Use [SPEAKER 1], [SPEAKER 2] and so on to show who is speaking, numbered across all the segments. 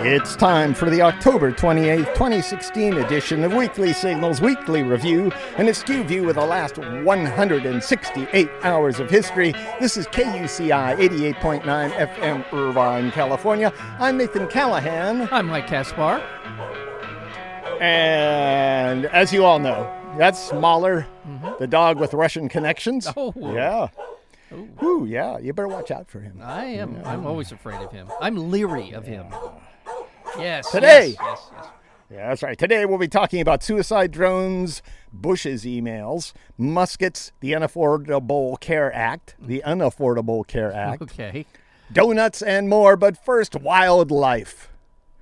[SPEAKER 1] It's time for the October 28th, 2016 edition of Weekly Signals Weekly Review, an askew view of the last 168 hours of history. This is KUCI 88.9 FM, Irvine, California. I'm Nathan Callahan,
[SPEAKER 2] I'm Mike Caspar.
[SPEAKER 1] and as you all know, that's Mahler, the dog with Russian connections.
[SPEAKER 2] Oh.
[SPEAKER 1] Yeah. Ooh, yeah. You better watch out for him.
[SPEAKER 2] I am. I'm always afraid of him. I'm leery of him. Yes.
[SPEAKER 1] Today.
[SPEAKER 2] Yes, yes, yes.
[SPEAKER 1] Yeah, that's right. Today we'll be talking about suicide drones, Bush's emails, muskets, the Unaffordable Care Act, the Unaffordable Care Act,
[SPEAKER 2] Okay.
[SPEAKER 1] donuts, and more. But first, wildlife.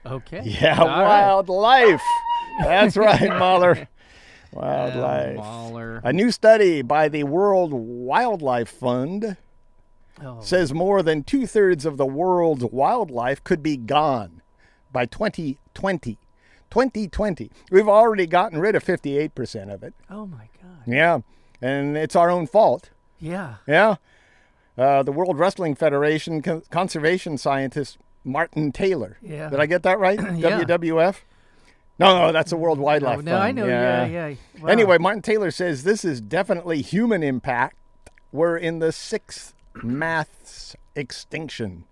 [SPEAKER 2] Okay.
[SPEAKER 1] Yeah,
[SPEAKER 2] All right.
[SPEAKER 1] wildlife. That's right, Mahler. Wildlife.
[SPEAKER 2] Mahler.
[SPEAKER 1] A new study by the World Wildlife Fund
[SPEAKER 2] Oh.
[SPEAKER 1] says more than two thirds of the world's wildlife could be gone by 2020. 2020. We've already gotten rid of 58% of it.
[SPEAKER 2] Oh my God.
[SPEAKER 1] Yeah. And it's our own fault.
[SPEAKER 2] Yeah.
[SPEAKER 1] Yeah. Uh, the World Wrestling Federation con- conservation scientist Martin Taylor.
[SPEAKER 2] Yeah.
[SPEAKER 1] Did I get that right? WWF? No, no, that's the World Wildlife
[SPEAKER 2] Oh,
[SPEAKER 1] Fund.
[SPEAKER 2] no, I know. Yeah, yeah. Wow.
[SPEAKER 1] Anyway, Martin Taylor says this is definitely human impact. We're in the sixth mass extinction.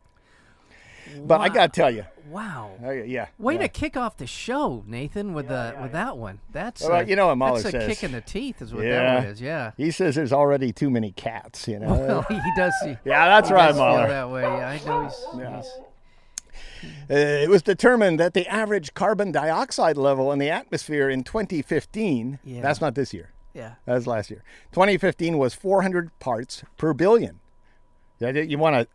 [SPEAKER 1] But I got to tell you,
[SPEAKER 2] Wow.
[SPEAKER 1] I- yeah.
[SPEAKER 2] Way
[SPEAKER 1] yeah.
[SPEAKER 2] to kick off the show, Nathan, with the with that one. That's
[SPEAKER 1] Well,
[SPEAKER 2] a-
[SPEAKER 1] you know what Mahler
[SPEAKER 2] that's a
[SPEAKER 1] says.
[SPEAKER 2] kick in the teeth, is what
[SPEAKER 1] Yeah.
[SPEAKER 2] that one is. Yeah.
[SPEAKER 1] He says there's already too many cats, you know.
[SPEAKER 2] Well, he does. See,
[SPEAKER 1] yeah, that's
[SPEAKER 2] he
[SPEAKER 1] right,
[SPEAKER 2] does feel
[SPEAKER 1] Mahler.
[SPEAKER 2] that way. Yeah, I know he's. he's-
[SPEAKER 1] Uh, it was determined that the average carbon dioxide level in the atmosphere in 2015,
[SPEAKER 2] Yeah.
[SPEAKER 1] that's not this year,
[SPEAKER 2] yeah.
[SPEAKER 1] That was last year. 2015 was 400 parts per billion. Yeah, You, want to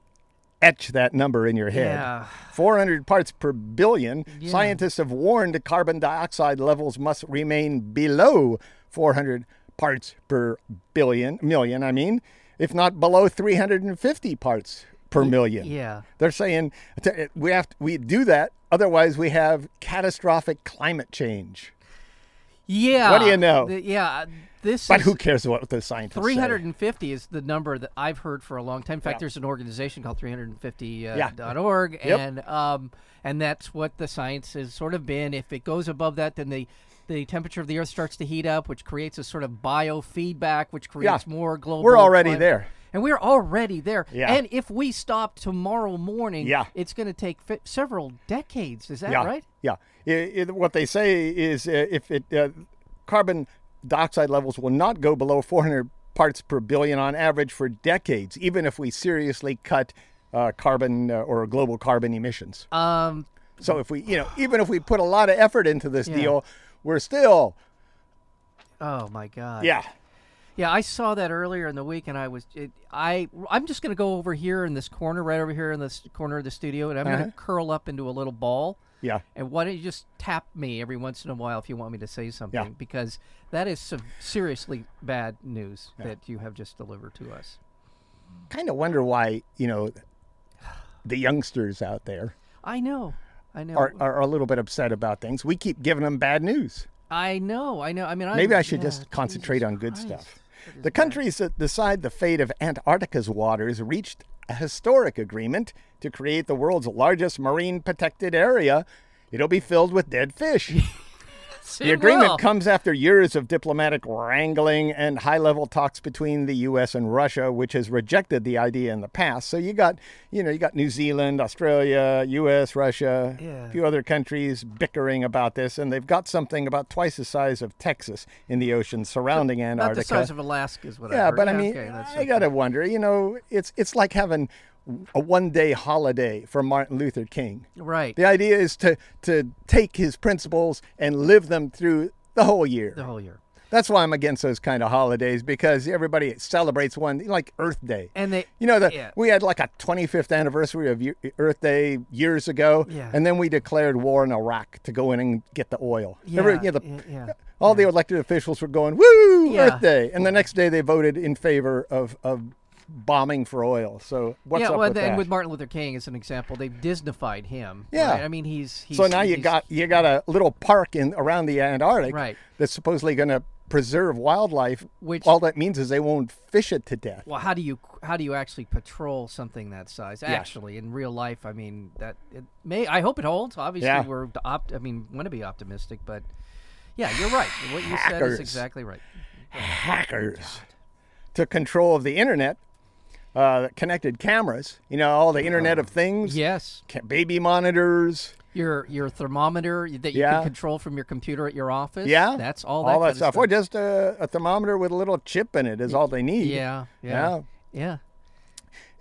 [SPEAKER 1] etch that number in your head.
[SPEAKER 2] Yeah.
[SPEAKER 1] 400 parts per billion. Scientists have warned carbon dioxide levels must remain below 400 parts per billion, million, I mean, if not below 350 parts per million.
[SPEAKER 2] Yeah.
[SPEAKER 1] They're saying t- eh, we have to, we do that otherwise we have catastrophic climate change.
[SPEAKER 2] Yeah.
[SPEAKER 1] What do you know?
[SPEAKER 2] The- yeah. This.
[SPEAKER 1] But
[SPEAKER 2] is,
[SPEAKER 1] who cares what the scientists say?
[SPEAKER 2] 350 is the number that I've heard for a long time. In fact, there's an organization called 350.org, uh,
[SPEAKER 1] Yeah.
[SPEAKER 2] dot org,
[SPEAKER 1] Yep.
[SPEAKER 2] and um, and that's what the science has sort of been. If it goes above that, then the the temperature of the Earth starts to heat up, which creates a sort of biofeedback, which creates more global.
[SPEAKER 1] We're already
[SPEAKER 2] climate-
[SPEAKER 1] there.
[SPEAKER 2] and we're already there.
[SPEAKER 1] Yeah.
[SPEAKER 2] And if we stop tomorrow morning,
[SPEAKER 1] Yeah.
[SPEAKER 2] it's going to take fi- several decades. Is that
[SPEAKER 1] yeah,
[SPEAKER 2] right?
[SPEAKER 1] Yeah. I- I- what they say is uh, if it uh, carbon dioxide levels will not go below 400 parts per billion on average for decades, even if we seriously cut uh, carbon uh, or global carbon emissions.
[SPEAKER 2] Um,
[SPEAKER 1] so if we, you know, even if we put a lot of effort into this
[SPEAKER 2] Yeah.
[SPEAKER 1] deal, we're still,
[SPEAKER 2] oh my God.
[SPEAKER 1] yeah,
[SPEAKER 2] Yeah, I saw that earlier in the week, and I was it, I I'm just gonna go over here in this corner, right over here in this corner of the studio, and I'm
[SPEAKER 1] Uh-huh.
[SPEAKER 2] gonna curl up into a little ball.
[SPEAKER 1] yeah.
[SPEAKER 2] And why don't you just tap me every once in a while if you want me to say something? Because that is some seriously bad news that you have just delivered to us.
[SPEAKER 1] Kind of wonder why, you know, the youngsters out there
[SPEAKER 2] I know, I know,
[SPEAKER 1] are, are a little bit upset about things. We keep giving them bad news.
[SPEAKER 2] I know, I know. I mean, I'm-
[SPEAKER 1] Maybe I should
[SPEAKER 2] yeah,
[SPEAKER 1] just concentrate
[SPEAKER 2] Jesus
[SPEAKER 1] on good
[SPEAKER 2] Christ.
[SPEAKER 1] stuff. The countries that decide the fate of Antarctica's waters reached a historic agreement to create the world's largest marine protected area. It'll be filled with dead fish. The
[SPEAKER 2] It
[SPEAKER 1] agreement
[SPEAKER 2] will.
[SPEAKER 1] comes after years of diplomatic wrangling and high level talks between the US and Russia, which has rejected the idea in the past. So you got, you know, you got New Zealand, Australia, US, Russia,
[SPEAKER 2] Yeah.
[SPEAKER 1] a few other countries bickering about this, and they've got something about twice the size of Texas in the ocean surrounding
[SPEAKER 2] About the
[SPEAKER 1] Antarctica.
[SPEAKER 2] size of Alaska is what I
[SPEAKER 1] yeah,
[SPEAKER 2] heard.
[SPEAKER 1] but I mean,
[SPEAKER 2] okay, that's
[SPEAKER 1] I gotta wonder. You know, it's it's like having a one-day holiday for Martin Luther King.
[SPEAKER 2] right.
[SPEAKER 1] The idea is to to take his principles and live them through the whole year.
[SPEAKER 2] The whole year.
[SPEAKER 1] That's why I'm against those kind of holidays because everybody celebrates one like Earth Day.
[SPEAKER 2] And they-
[SPEAKER 1] you know, the,
[SPEAKER 2] yeah.
[SPEAKER 1] we had like a 25th anniversary of Eu- Earth Day years ago,
[SPEAKER 2] Yeah.
[SPEAKER 1] and then we declared war in Iraq to go in and get the oil. Every-
[SPEAKER 2] Yeah,
[SPEAKER 1] you know, the-
[SPEAKER 2] yeah, yeah.
[SPEAKER 1] All the elected officials were going, "Woo,
[SPEAKER 2] Yeah.
[SPEAKER 1] Earth Day!" And the next day, they voted in favor of of bombing for oil. So what's
[SPEAKER 2] yeah,
[SPEAKER 1] up
[SPEAKER 2] well,
[SPEAKER 1] with
[SPEAKER 2] and
[SPEAKER 1] that?
[SPEAKER 2] with Martin Luther King as an example, they've Disneyfied him.
[SPEAKER 1] Yeah.
[SPEAKER 2] right? I mean he's, he's
[SPEAKER 1] so now you
[SPEAKER 2] he's-
[SPEAKER 1] got you got a little park in around the Antarctic
[SPEAKER 2] Right.
[SPEAKER 1] that's supposedly going to preserve wildlife,
[SPEAKER 2] Which-
[SPEAKER 1] all that means is they won't fish it to death.
[SPEAKER 2] Well, how do you how do you actually patrol something that size? Actually, in real life, I mean that it may. I hope it holds. Obviously,
[SPEAKER 1] Yeah.
[SPEAKER 2] we're opt. I mean, want to be optimistic, but yeah, you're right. What you said
[SPEAKER 1] Hackers.
[SPEAKER 2] is exactly right.
[SPEAKER 1] Hackers took control of the internet, uh, that connected cameras. You know,
[SPEAKER 2] Uh-huh.
[SPEAKER 1] all the Internet of Things,
[SPEAKER 2] Yes,
[SPEAKER 1] ca- baby monitors.
[SPEAKER 2] your your thermometer that you
[SPEAKER 1] Yeah.
[SPEAKER 2] can control from your computer at your office.
[SPEAKER 1] Yeah,
[SPEAKER 2] that's all. That kind of
[SPEAKER 1] stuff. Or just a, a thermometer with a little chip in it is all they need.
[SPEAKER 2] Yeah, yeah, yeah.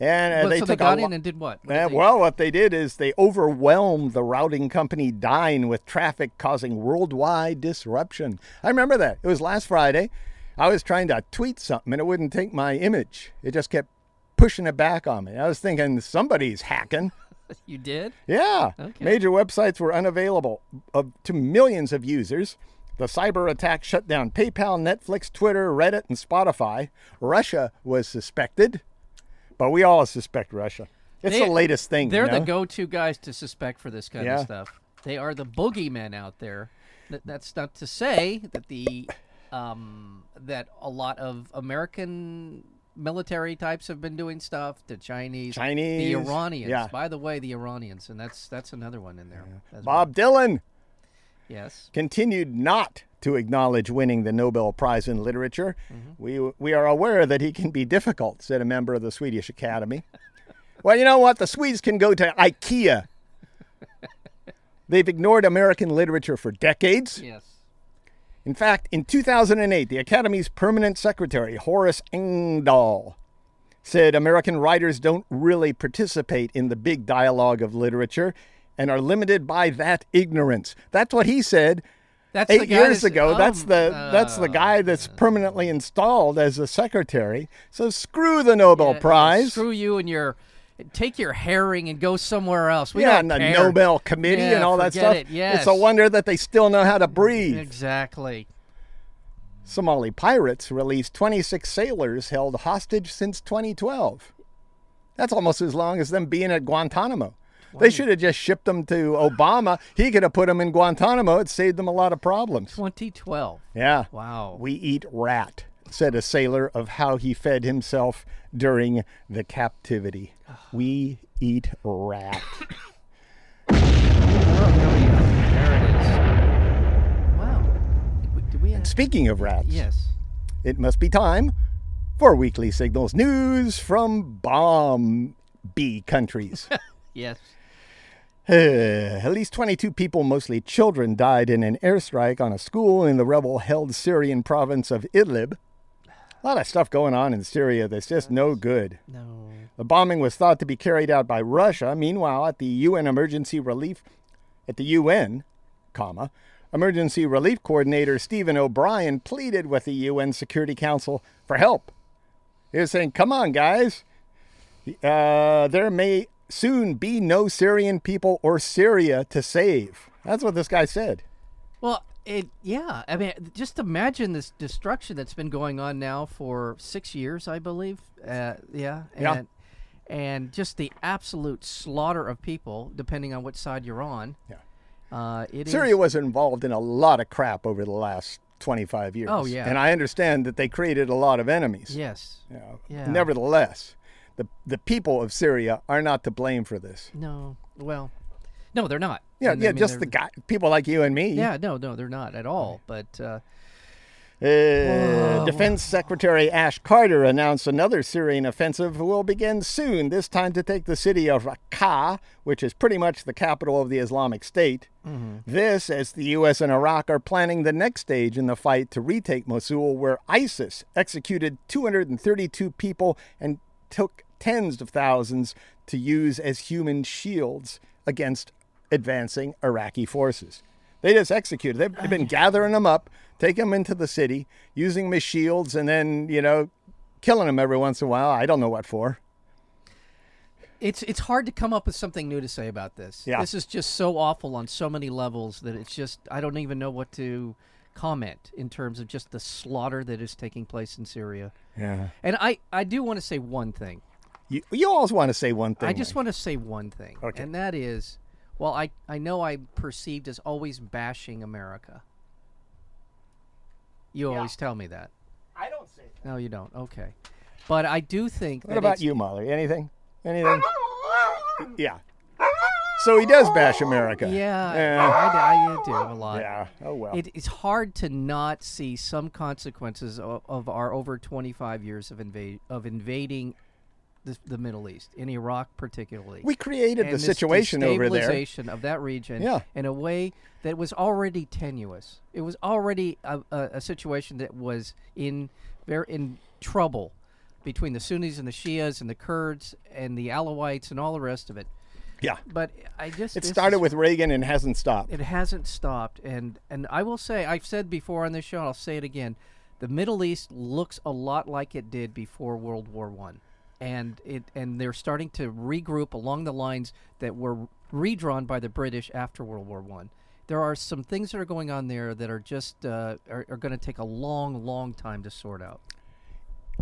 [SPEAKER 1] And uh,
[SPEAKER 2] But
[SPEAKER 1] they
[SPEAKER 2] so they
[SPEAKER 1] took a
[SPEAKER 2] got
[SPEAKER 1] lo-
[SPEAKER 2] in and did what? What
[SPEAKER 1] Uh,
[SPEAKER 2] did they-
[SPEAKER 1] well, what they did is they overwhelmed the routing company Dine with traffic causing worldwide disruption. I remember that. It was last Friday. I was trying to tweet something and it wouldn't take my image. It just kept pushing it back on me. I was thinking somebody's hacking.
[SPEAKER 2] you did.
[SPEAKER 1] Yeah.
[SPEAKER 2] Okay.
[SPEAKER 1] Major websites were unavailable uh, to millions of users. The cyber attack shut down PayPal, Netflix, Twitter, Reddit, and Spotify. Russia was suspected, but we all suspect Russia. It's
[SPEAKER 2] They-
[SPEAKER 1] the latest thing. you
[SPEAKER 2] They're the
[SPEAKER 1] know?
[SPEAKER 2] go-to guys to suspect for this kind
[SPEAKER 1] Yeah.
[SPEAKER 2] of stuff. They are the boogeymen out there. Th- that's not to say that the um, that a lot of American military types have been doing stuff. The Chinese,
[SPEAKER 1] Chinese,
[SPEAKER 2] the Iranians.
[SPEAKER 1] yeah.
[SPEAKER 2] By the way, the Iranians, and that's that's another one in there. as well.
[SPEAKER 1] Bob Dylan
[SPEAKER 2] Yes.
[SPEAKER 1] continued not to acknowledge winning the Nobel Prize in Literature. We, we are aware that he can be difficult, said a member of the Swedish Academy. well, you know what? The Swedes can go to IKEA. They've ignored American literature for decades.
[SPEAKER 2] Yes.
[SPEAKER 1] In fact, in 2008, the Academy's permanent secretary, Horace Engdahl, said American writers don't really participate in the big dialogue of literature and are limited by that ignorance. That's what he said
[SPEAKER 2] That's the
[SPEAKER 1] eight
[SPEAKER 2] guy
[SPEAKER 1] years
[SPEAKER 2] that's-
[SPEAKER 1] ago. that's
[SPEAKER 2] oh,
[SPEAKER 1] the that's the
[SPEAKER 2] uh,
[SPEAKER 1] guy that's permanently installed as the secretary. So screw the Nobel
[SPEAKER 2] yeah,
[SPEAKER 1] Prize.
[SPEAKER 2] Screw you and your. Take your herring and go somewhere else. We
[SPEAKER 1] yeah,
[SPEAKER 2] don't
[SPEAKER 1] and the
[SPEAKER 2] care.
[SPEAKER 1] Nobel Committee
[SPEAKER 2] Yeah,
[SPEAKER 1] and all that
[SPEAKER 2] forget
[SPEAKER 1] stuff.
[SPEAKER 2] it, Yes.
[SPEAKER 1] It's a wonder that they still know how to breathe.
[SPEAKER 2] Exactly.
[SPEAKER 1] Somali pirates released 26 sailors held hostage since 2012. That's almost as long as them being at Guantanamo. They should have just shipped them to Obama. He could have put them in Guantanamo. It saved them a lot of problems.
[SPEAKER 2] 2012.
[SPEAKER 1] Yeah.
[SPEAKER 2] Wow.
[SPEAKER 1] We eat rat, said a sailor of how he fed himself during the captivity. We eat rat.
[SPEAKER 2] There it is. Wow. Did we, did we have-
[SPEAKER 1] Speaking of rats,
[SPEAKER 2] yes.
[SPEAKER 1] it must be time for Weekly Signals news from bomb bee countries.
[SPEAKER 2] Yes.
[SPEAKER 1] Uh, at least 22 people, mostly children, died in an airstrike on a school in the rebel held Syrian province of Idlib. A lot of stuff going on in Syria that's just no good.
[SPEAKER 2] No.
[SPEAKER 1] The bombing was thought to be carried out by Russia. Meanwhile, at the UN Emergency Relief at the UN, comma, Emergency Relief Coordinator Stephen O'Brien pleaded with the UN Security Council for help. He was saying, "Come on, guys. Uh, there may soon be no Syrian people or Syria to save." That's what this guy said.
[SPEAKER 2] Well, it yeah. I mean, just imagine this destruction that's been going on now for six years, I believe. Uh, yeah. And,
[SPEAKER 1] Yeah.
[SPEAKER 2] And just the absolute slaughter of people, depending on what side you're on.
[SPEAKER 1] Yeah.
[SPEAKER 2] Uh, it is-
[SPEAKER 1] Syria was involved in a lot of crap over the last 25 years.
[SPEAKER 2] Oh, yeah.
[SPEAKER 1] And I understand that they created a lot of enemies.
[SPEAKER 2] Yes.
[SPEAKER 1] You know,
[SPEAKER 2] Yeah.
[SPEAKER 1] Nevertheless, the, the people of Syria are not to blame for this.
[SPEAKER 2] No. Well. No, they're not.
[SPEAKER 1] Yeah,
[SPEAKER 2] And I
[SPEAKER 1] yeah,
[SPEAKER 2] mean,
[SPEAKER 1] just
[SPEAKER 2] they're-
[SPEAKER 1] the guy, people like you and me.
[SPEAKER 2] Yeah, no, no, they're not at all. But uh,
[SPEAKER 1] Uh, Defense Secretary Ash Carter announced another Syrian offensive will begin soon, this time to take the city of Raqqa, which is pretty much the capital of the Islamic State. This, as the U.S. and Iraq are planning the next stage in the fight to retake Mosul, where ISIS executed 232 people and took tens of thousands to use as human shields against advancing Iraqi forces. They just executed. They've, they've been gathering them up, taking them into the city, using them as shields, and then, you know, killing them every once in a while. I don't know what for.
[SPEAKER 2] It's it's hard to come up with something new to say about this.
[SPEAKER 1] Yeah.
[SPEAKER 2] This is just so awful on so many levels that it's just I don't even know what to comment in terms of just the slaughter that is taking place in Syria.
[SPEAKER 1] Yeah.
[SPEAKER 2] And I I do want to say one thing.
[SPEAKER 1] You, you always want to say one thing.
[SPEAKER 2] I just want to say one thing.
[SPEAKER 1] Okay.
[SPEAKER 2] And that is well I I know I'm perceived as always bashing America. You always tell me that.
[SPEAKER 1] I don't say
[SPEAKER 2] No, you don't. Okay. But I do think
[SPEAKER 1] What
[SPEAKER 2] that
[SPEAKER 1] about
[SPEAKER 2] it's-
[SPEAKER 1] you, Molly? Anything? Anything? Yeah. So he does bash America.
[SPEAKER 2] Yeah,
[SPEAKER 1] Eh,
[SPEAKER 2] I, I do a lot.
[SPEAKER 1] yeah. Oh well.
[SPEAKER 2] It, it's hard to not see some consequences of, of our over 25 years of invade of invading the, the Middle East, in Iraq particularly.
[SPEAKER 1] we created
[SPEAKER 2] and
[SPEAKER 1] the
[SPEAKER 2] this
[SPEAKER 1] situation over there.
[SPEAKER 2] destabilization of that region
[SPEAKER 1] Yeah.
[SPEAKER 2] in a way that was already tenuous. It was already a, a, a situation that was in very in trouble between the Sunnis and the Shias and the Kurds and the Alawites and all the rest of it.
[SPEAKER 1] Yeah.
[SPEAKER 2] But I just
[SPEAKER 1] It
[SPEAKER 2] this
[SPEAKER 1] started
[SPEAKER 2] is-
[SPEAKER 1] with Reagan and hasn't stopped.
[SPEAKER 2] it hasn't stopped and and I will say I've said before on this show and I'll say it again the Middle East looks a lot like it did before World War 1 and it and they're starting to regroup along the lines that were redrawn by the British after World War 1 there are some things that are going on there that are just uh, are, are going to take a long long time to sort out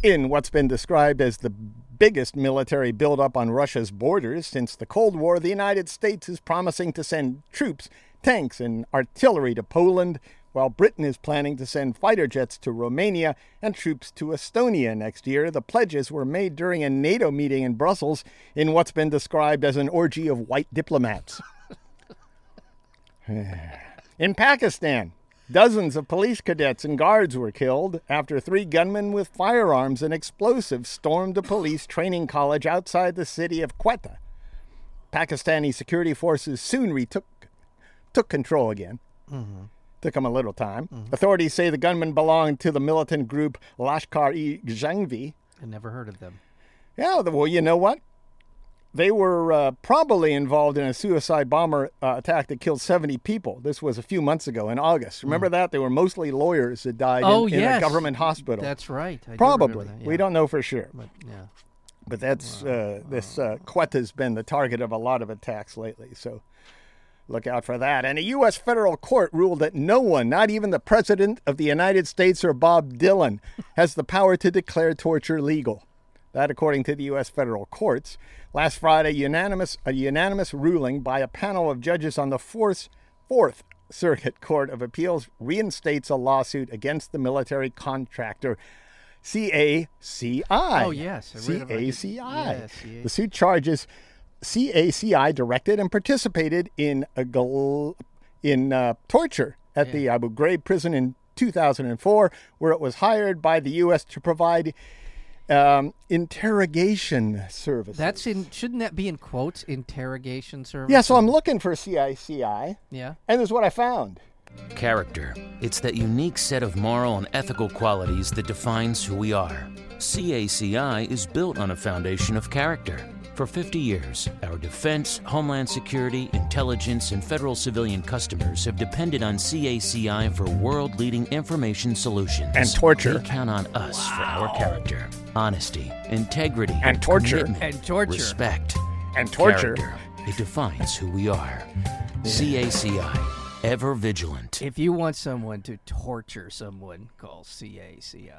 [SPEAKER 1] in what's been described as the biggest military buildup on Russia's borders since the Cold War, the United States is promising to send troops, tanks, and artillery to Poland, while Britain is planning to send fighter jets to Romania and troops to Estonia next year. The pledges were made during a NATO meeting in Brussels in what's been described as an orgy of white diplomats. In Pakistan, dozens of police cadets and guards were killed after three gunmen with firearms and explosives stormed a police training college outside the city of Quetta. Pakistani security forces soon retook took control again. Took them a little time. Authorities say the gunmen belonged to the militant group Lashkar-e-Jhangvi,
[SPEAKER 2] I never heard of them
[SPEAKER 1] yeah, the- well, you know what? They were uh, probably involved in a suicide bomber uh, attack that killed 70 people. This was a few months ago in August. Remember that? They were mostly lawyers that died in-
[SPEAKER 2] Hmm. Oh,
[SPEAKER 1] in, a
[SPEAKER 2] yes.
[SPEAKER 1] government hospital.
[SPEAKER 2] that's right I do remember
[SPEAKER 1] probably.
[SPEAKER 2] that,
[SPEAKER 1] We
[SPEAKER 2] yeah.
[SPEAKER 1] don't know for sure.
[SPEAKER 2] but, yeah
[SPEAKER 1] But that's uh, this uh, Quetta's been the target of a lot of attacks lately, so look out for that. And a U.S. federal court ruled that no one, not even the president of the United States or Bob Dylan, has the power to declare torture legal. That, according to the U.S. federal courts, last Friday, unanimous a unanimous ruling by a panel of judges on the fourth fourth Circuit Court of Appeals reinstates a lawsuit against the military contractor. CACI.
[SPEAKER 2] Oh, yes, I read about it.
[SPEAKER 1] CACI.
[SPEAKER 2] Yes, CACI.
[SPEAKER 1] The suit charges CACI directed and participated in a gl- in uh, torture at the Abu Ghraib prison in 2004, where it was hired by the U.S. to provide um, interrogation services.
[SPEAKER 2] that's in shouldn't that be in quotes interrogation service
[SPEAKER 1] yeah. So I'm looking for CACI,
[SPEAKER 2] yeah
[SPEAKER 1] and this is what I found.
[SPEAKER 3] Character. It's that unique set of moral and ethical qualities that defines who we are. CACI is built on a foundation of character. For 50 years, our defense, homeland security, intelligence, and federal civilian customers have depended on CACI for world leading information solutions.
[SPEAKER 1] And torture.
[SPEAKER 3] They count on us for our character, honesty, integrity,
[SPEAKER 1] And torture.
[SPEAKER 3] commitment,
[SPEAKER 2] And torture.
[SPEAKER 3] respect,
[SPEAKER 1] And torture.
[SPEAKER 3] Character. It defines who we are. CACI, ever vigilant.
[SPEAKER 2] If you want someone to torture someone, call CACI.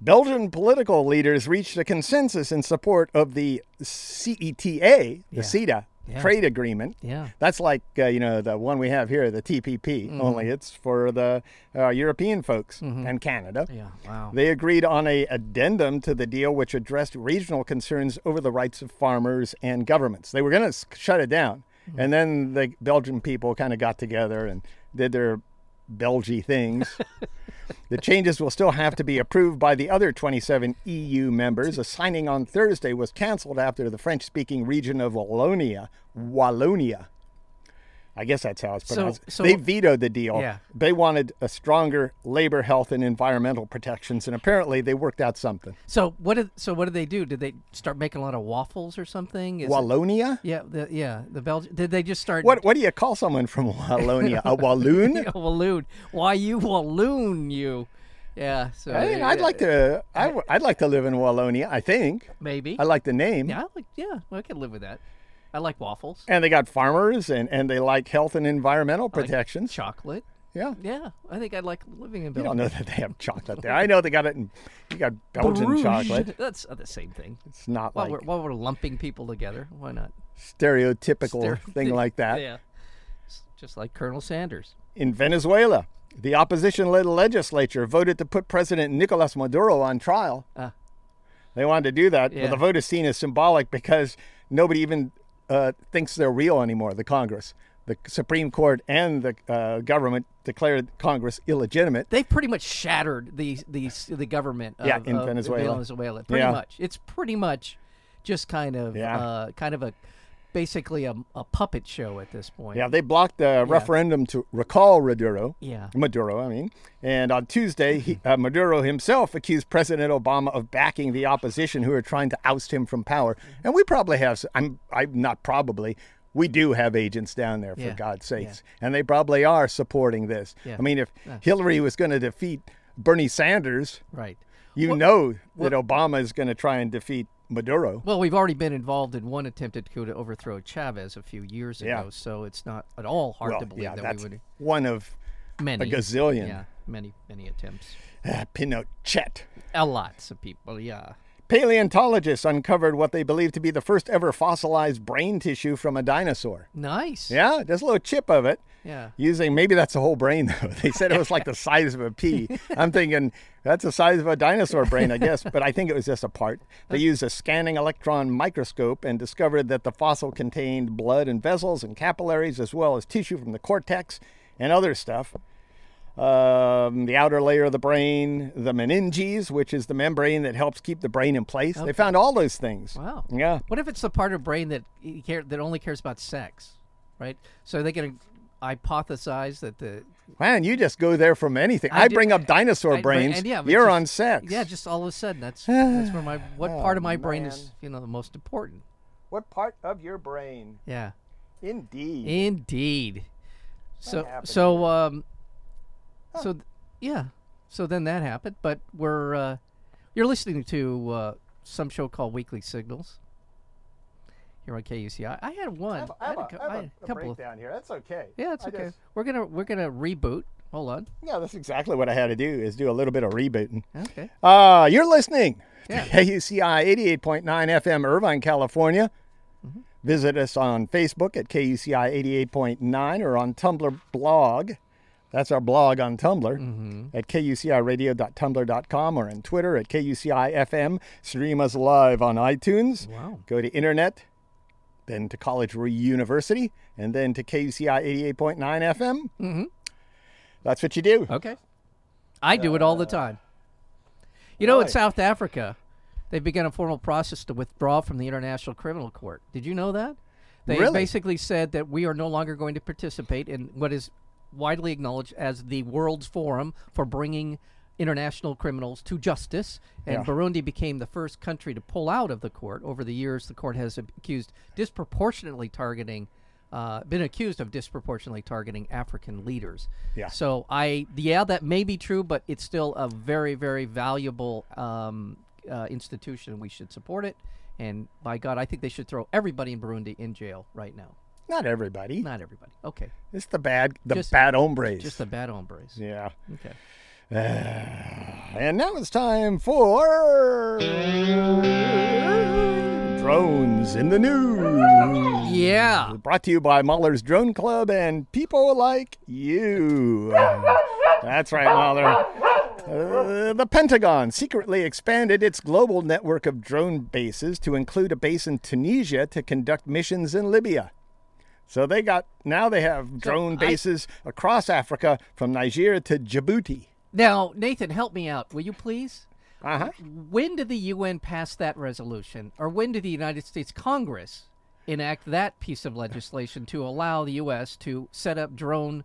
[SPEAKER 1] Belgian political leaders reached a consensus in support of the CETA, the CETA
[SPEAKER 2] Yeah.
[SPEAKER 1] trade agreement.
[SPEAKER 2] Yeah. Mm-hmm.
[SPEAKER 1] That's like uh, you know the one we have here, the TPP. Only it's for the uh, European folks and Canada.
[SPEAKER 2] Yeah. Wow.
[SPEAKER 1] They agreed on a addendum to the deal which addressed regional concerns over the rights of farmers and governments. They were going to shut it down.
[SPEAKER 2] Hmm.
[SPEAKER 1] And then the Belgian people kind of got together and did their Belgy things. the changes will still have to be approved by the other 27 EU members. A signing on Thursday was canceled after the French speaking region of Wallonia, Wallonia. I guess that's how it's
[SPEAKER 2] So-
[SPEAKER 1] pronounced.
[SPEAKER 2] so-
[SPEAKER 1] they vetoed the deal.
[SPEAKER 2] Yeah.
[SPEAKER 1] They wanted a stronger labor, health, and environmental protections, and apparently they worked out something.
[SPEAKER 2] So what did so what did they do? Did they start making a lot of waffles or something? Is it-
[SPEAKER 1] Wallonia?
[SPEAKER 2] yeah, the, yeah, the Belgian. Did they just start
[SPEAKER 1] What what do you call someone from Wallonia? A Walloon?
[SPEAKER 2] Yeah, Walloon. Why you Walloon you? Yeah. So
[SPEAKER 1] I
[SPEAKER 2] there
[SPEAKER 1] mean,
[SPEAKER 2] you
[SPEAKER 1] I'd
[SPEAKER 2] go.
[SPEAKER 1] like to. I, w- I'd like to live in Wallonia. I think
[SPEAKER 2] maybe.
[SPEAKER 1] I like the name.
[SPEAKER 2] yeah, I like yeah, well, I can live with that. I like waffles.
[SPEAKER 1] And they got farmers, and, and they like health and environmental protections.
[SPEAKER 2] Chocolate.
[SPEAKER 1] yeah,
[SPEAKER 2] Yeah. I think I'd like living in
[SPEAKER 1] I don't
[SPEAKER 2] Belgium.
[SPEAKER 1] know that they have chocolate there. I know they got it. in You got Belgian
[SPEAKER 2] Bruges.
[SPEAKER 1] chocolate.
[SPEAKER 2] That's uh, the same thing.
[SPEAKER 1] It's not
[SPEAKER 2] While,
[SPEAKER 1] like
[SPEAKER 2] we're, while we're lumping people together, why not?
[SPEAKER 1] stereotypical
[SPEAKER 2] Stereo-
[SPEAKER 1] thing like that.
[SPEAKER 2] Yeah. S- Just like Colonel Sanders.
[SPEAKER 1] in Venezuela. The opposition led legislature voted to put President Nicolas Maduro on trial.
[SPEAKER 2] Ah.
[SPEAKER 1] They wanted to do that,
[SPEAKER 2] Yeah.
[SPEAKER 1] but the vote is seen as symbolic because nobody even uh, thinks they're real anymore, the Congress. The Supreme Court and the uh, government declared Congress illegitimate.
[SPEAKER 2] They've pretty much shattered the the the government. Of,
[SPEAKER 1] Yeah, in
[SPEAKER 2] of
[SPEAKER 1] Venezuela.
[SPEAKER 2] Venezuela, pretty
[SPEAKER 1] Yeah.
[SPEAKER 2] much. It's pretty much just kind of
[SPEAKER 1] Yeah.
[SPEAKER 2] uh, kind of a basically a, a puppet show at this point.
[SPEAKER 1] Yeah, they blocked the referendum to recall Maduro.
[SPEAKER 2] Yeah. Mm-hmm.
[SPEAKER 1] Maduro, I mean. And on Tuesday, he, uh, Maduro himself accused President Obama of backing the opposition who are trying to oust him from power.
[SPEAKER 2] Mm-hmm.
[SPEAKER 1] And we probably have, s- I'm, I'm not probably, we do have agents down there, for
[SPEAKER 2] Yeah,
[SPEAKER 1] God's sakes. And they probably are supporting this.
[SPEAKER 2] Yeah.
[SPEAKER 1] I mean, if Hillary was going to defeat Bernie Sanders,
[SPEAKER 2] Right.
[SPEAKER 1] you know that Obama is going to try and defeat Maduro.
[SPEAKER 2] Well, we've already been involved in one attempted coup to overthrow Chavez a few years
[SPEAKER 1] Yeah.
[SPEAKER 2] ago, so it's not at all hard to believe
[SPEAKER 1] yeah,
[SPEAKER 2] that we
[SPEAKER 1] that's
[SPEAKER 2] would
[SPEAKER 1] one of
[SPEAKER 2] many
[SPEAKER 1] gazillion.
[SPEAKER 2] Yeah, many many attempts.
[SPEAKER 1] uh, Pinochet.
[SPEAKER 2] A lots of people. Yeah.
[SPEAKER 1] Paleontologists uncovered what they believe to be the first ever fossilized brain tissue from a dinosaur.
[SPEAKER 2] Nice.
[SPEAKER 1] Yeah, just a little chip of it.
[SPEAKER 2] Yeah.
[SPEAKER 1] Using maybe that's a whole brain though. They said it was like the size of a pea. I'm thinking that's the size of a dinosaur brain, I guess, but I think it was just a part. They used a scanning electron microscope and discovered that the fossil contained blood and vessels and capillaries as well as tissue from the cortex and other stuff um, the outer layer of the brain, the meninges, which is the membrane that helps keep the brain in place. They found all those things.
[SPEAKER 2] Wow.
[SPEAKER 1] Yeah.
[SPEAKER 2] What if it's the part of brain that e- care that only cares about sex, right? So they can hypothesize that the
[SPEAKER 1] Man, you just go there from anything. I,
[SPEAKER 2] do-
[SPEAKER 1] bring up dinosaur
[SPEAKER 2] I-
[SPEAKER 1] brains.
[SPEAKER 2] and yeah, but
[SPEAKER 1] You're
[SPEAKER 2] just-
[SPEAKER 1] on sex.
[SPEAKER 2] yeah, just all of a sudden that's that's where my what part of my brain is you know the most important.
[SPEAKER 1] What part of your brain?
[SPEAKER 2] Yeah,
[SPEAKER 1] Indeed.
[SPEAKER 2] indeed. So
[SPEAKER 1] happened
[SPEAKER 2] so um, so th- yeah, so then that happened. But we're uh, you're listening to uh, some show called Weekly Signals. Here on KUCI, I had one. I had a cou- I had a couple of
[SPEAKER 1] here. That's okay.
[SPEAKER 2] Yeah, it's
[SPEAKER 1] I
[SPEAKER 2] okay.
[SPEAKER 1] just-
[SPEAKER 2] We're gonna we're gonna reboot. Hold on.
[SPEAKER 1] yeah, that's exactly what I had to do is do a little bit of rebooting.
[SPEAKER 2] Okay.
[SPEAKER 1] Uh, you're listening
[SPEAKER 2] Yeah.
[SPEAKER 1] to KUCI 88.9 FM, Irvine, California.
[SPEAKER 2] Mm-hmm.
[SPEAKER 1] Visit us on Facebook at KUCI 88.9 or on Tumblr blog. That's our blog on Tumblr
[SPEAKER 2] Mm-hmm.
[SPEAKER 1] at kuciradio.tumblr.com or on Twitter at KUCI FM. Stream us live on iTunes.
[SPEAKER 2] Wow.
[SPEAKER 1] Go to internet, then to College Re University, and then to KUCI 88.9 FM. Mm-hmm. That's what you do.
[SPEAKER 2] Okay. I do it all
[SPEAKER 1] Uh,
[SPEAKER 2] the time. You know, in South Africa, they've begun a formal process to withdraw from the International Criminal Court. Did you know that? They
[SPEAKER 1] Really?
[SPEAKER 2] basically said that we are no longer going to participate in what is widely acknowledged as the world's forum for bringing international criminals to justice. And Burundi became the first country to pull out of the court. Over the years, the court has accused disproportionately targeting. Uh, been accused of disproportionately targeting African leaders.
[SPEAKER 1] Yeah.
[SPEAKER 2] So I, yeah, that may be true, but it's still a very, very valuable um, uh, institution. We should support it. And by God, I think they should throw everybody in Burundi in jail right now.
[SPEAKER 1] Not everybody.
[SPEAKER 2] Not everybody. Okay.
[SPEAKER 1] It's the bad, the
[SPEAKER 2] Just-
[SPEAKER 1] bad hombres.
[SPEAKER 2] Just the bad hombres.
[SPEAKER 1] yeah.
[SPEAKER 2] Okay.
[SPEAKER 1] And now it's time for drones in the news.
[SPEAKER 2] Yeah.
[SPEAKER 1] Brought to you by Mahler's Drone Club and people like you. That's right, Mahler. Uh, the Pentagon secretly expanded its global network of drone bases to include a base in Tunisia to conduct missions in Libya. So they got now they have drone bases across Africa from Niger to Djibouti.
[SPEAKER 2] Now, Nathan, help me out, will you please?
[SPEAKER 1] Uh huh.
[SPEAKER 2] When did the UN pass that resolution, or when did the United States Congress enact that piece of legislation to allow the U.S. to set up drone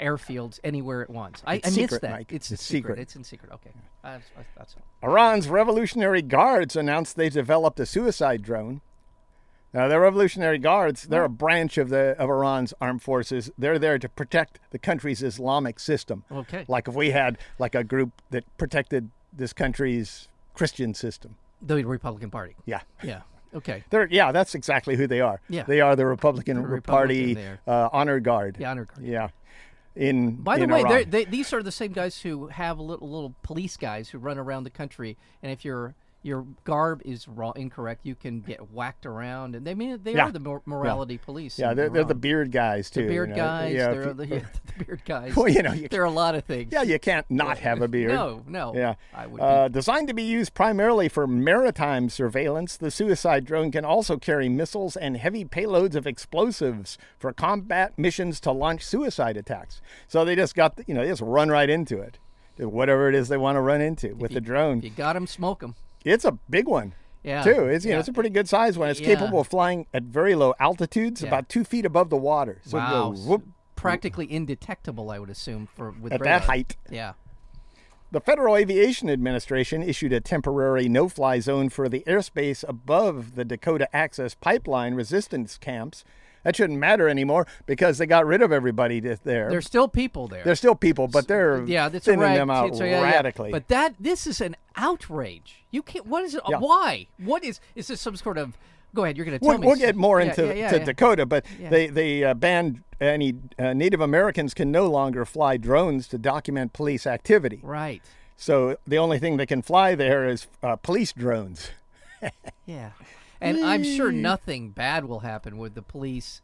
[SPEAKER 2] airfields anywhere it wants? I, I
[SPEAKER 1] secret,
[SPEAKER 2] missed that.
[SPEAKER 1] Mike.
[SPEAKER 2] It's,
[SPEAKER 1] It's
[SPEAKER 2] a secret.
[SPEAKER 1] secret.
[SPEAKER 2] It's in secret. Okay. I, I thought so.
[SPEAKER 1] Iran's Revolutionary Guards announced they developed a suicide drone. Now, the Revolutionary Guards, they're
[SPEAKER 2] Hmm.
[SPEAKER 1] a branch of the of Iran's armed forces. They're there to protect the country's Islamic system.
[SPEAKER 2] Okay.
[SPEAKER 1] Like if we had like a group that protected this country's Christian system.
[SPEAKER 2] The Republican Party.
[SPEAKER 1] Yeah.
[SPEAKER 2] Yeah. Okay.
[SPEAKER 1] They're yeah, that's exactly who they are.
[SPEAKER 2] Yeah.
[SPEAKER 1] They are the Republican,
[SPEAKER 2] Republican
[SPEAKER 1] Party
[SPEAKER 2] there.
[SPEAKER 1] uh, honor guard.
[SPEAKER 2] The honor guard.
[SPEAKER 1] Yeah. In
[SPEAKER 2] By the
[SPEAKER 1] in
[SPEAKER 2] way,
[SPEAKER 1] Iran.
[SPEAKER 2] they're- they, these are the same guys who have little, little police guys who run around the country, and if you're your garb is wrong, incorrect, you can get whacked around, and they mean they
[SPEAKER 1] Yeah.
[SPEAKER 2] are the mor- morality police.
[SPEAKER 1] Yeah,
[SPEAKER 2] and
[SPEAKER 1] they're, they're the
[SPEAKER 2] morality-
[SPEAKER 1] beard guys too.
[SPEAKER 2] the beard
[SPEAKER 1] you know.
[SPEAKER 2] guys.
[SPEAKER 1] Yeah,
[SPEAKER 2] they're
[SPEAKER 1] if you-
[SPEAKER 2] the, yeah, the beard guys.
[SPEAKER 1] Well, you know, you
[SPEAKER 2] there are a lot of things.
[SPEAKER 1] yeah, you can't not have a beard.
[SPEAKER 2] No, no.
[SPEAKER 1] Yeah.
[SPEAKER 2] Oh, I would.
[SPEAKER 1] Uh, designed to be used primarily for maritime surveillance, the suicide drone can also carry missiles and heavy payloads of explosives for combat missions to launch suicide attacks. So they just got, the, you know, they just run right into it, whatever it is they want to run into with the drone.
[SPEAKER 2] be, you got them, smoke them.
[SPEAKER 1] it's a big one.
[SPEAKER 2] Yeah.
[SPEAKER 1] Too. It's you know
[SPEAKER 2] Yeah.
[SPEAKER 1] it's a pretty good size one. It's
[SPEAKER 2] Yeah.
[SPEAKER 1] capable of flying at very low altitudes,
[SPEAKER 2] Yeah.
[SPEAKER 1] about two feet above the water. So it
[SPEAKER 2] Wow.
[SPEAKER 1] goes
[SPEAKER 2] s-
[SPEAKER 1] whoop
[SPEAKER 2] Practically indetectable, I would assume, for with
[SPEAKER 1] at
[SPEAKER 2] radar.
[SPEAKER 1] that height.
[SPEAKER 2] Yeah.
[SPEAKER 1] The Federal Aviation Administration issued a temporary no fly zone for the airspace above the Dakota Access Pipeline resistance camps. That shouldn't matter anymore because they got rid of everybody that's there.
[SPEAKER 2] There's still people there.
[SPEAKER 1] There's still people, but they're
[SPEAKER 2] yeah, that's
[SPEAKER 1] thinning
[SPEAKER 2] a rag-
[SPEAKER 1] them out
[SPEAKER 2] so, yeah, yeah.
[SPEAKER 1] radically.
[SPEAKER 2] But that this is an outrage. You can't. What is it? uh,
[SPEAKER 1] Yeah.
[SPEAKER 2] Why? What is? Is this some sort of? Go ahead. You're going to tell
[SPEAKER 1] we'll,
[SPEAKER 2] me.
[SPEAKER 1] we'll get more
[SPEAKER 2] Yeah,
[SPEAKER 1] into
[SPEAKER 2] yeah, yeah,
[SPEAKER 1] to
[SPEAKER 2] yeah.
[SPEAKER 1] Dakota, but they they uh, banned any uh, Native Americans can no longer fly drones to document police activity.
[SPEAKER 2] Right.
[SPEAKER 1] So the only thing they can fly there is uh, police drones.
[SPEAKER 2] Yeah. And I'm sure nothing bad will happen with the police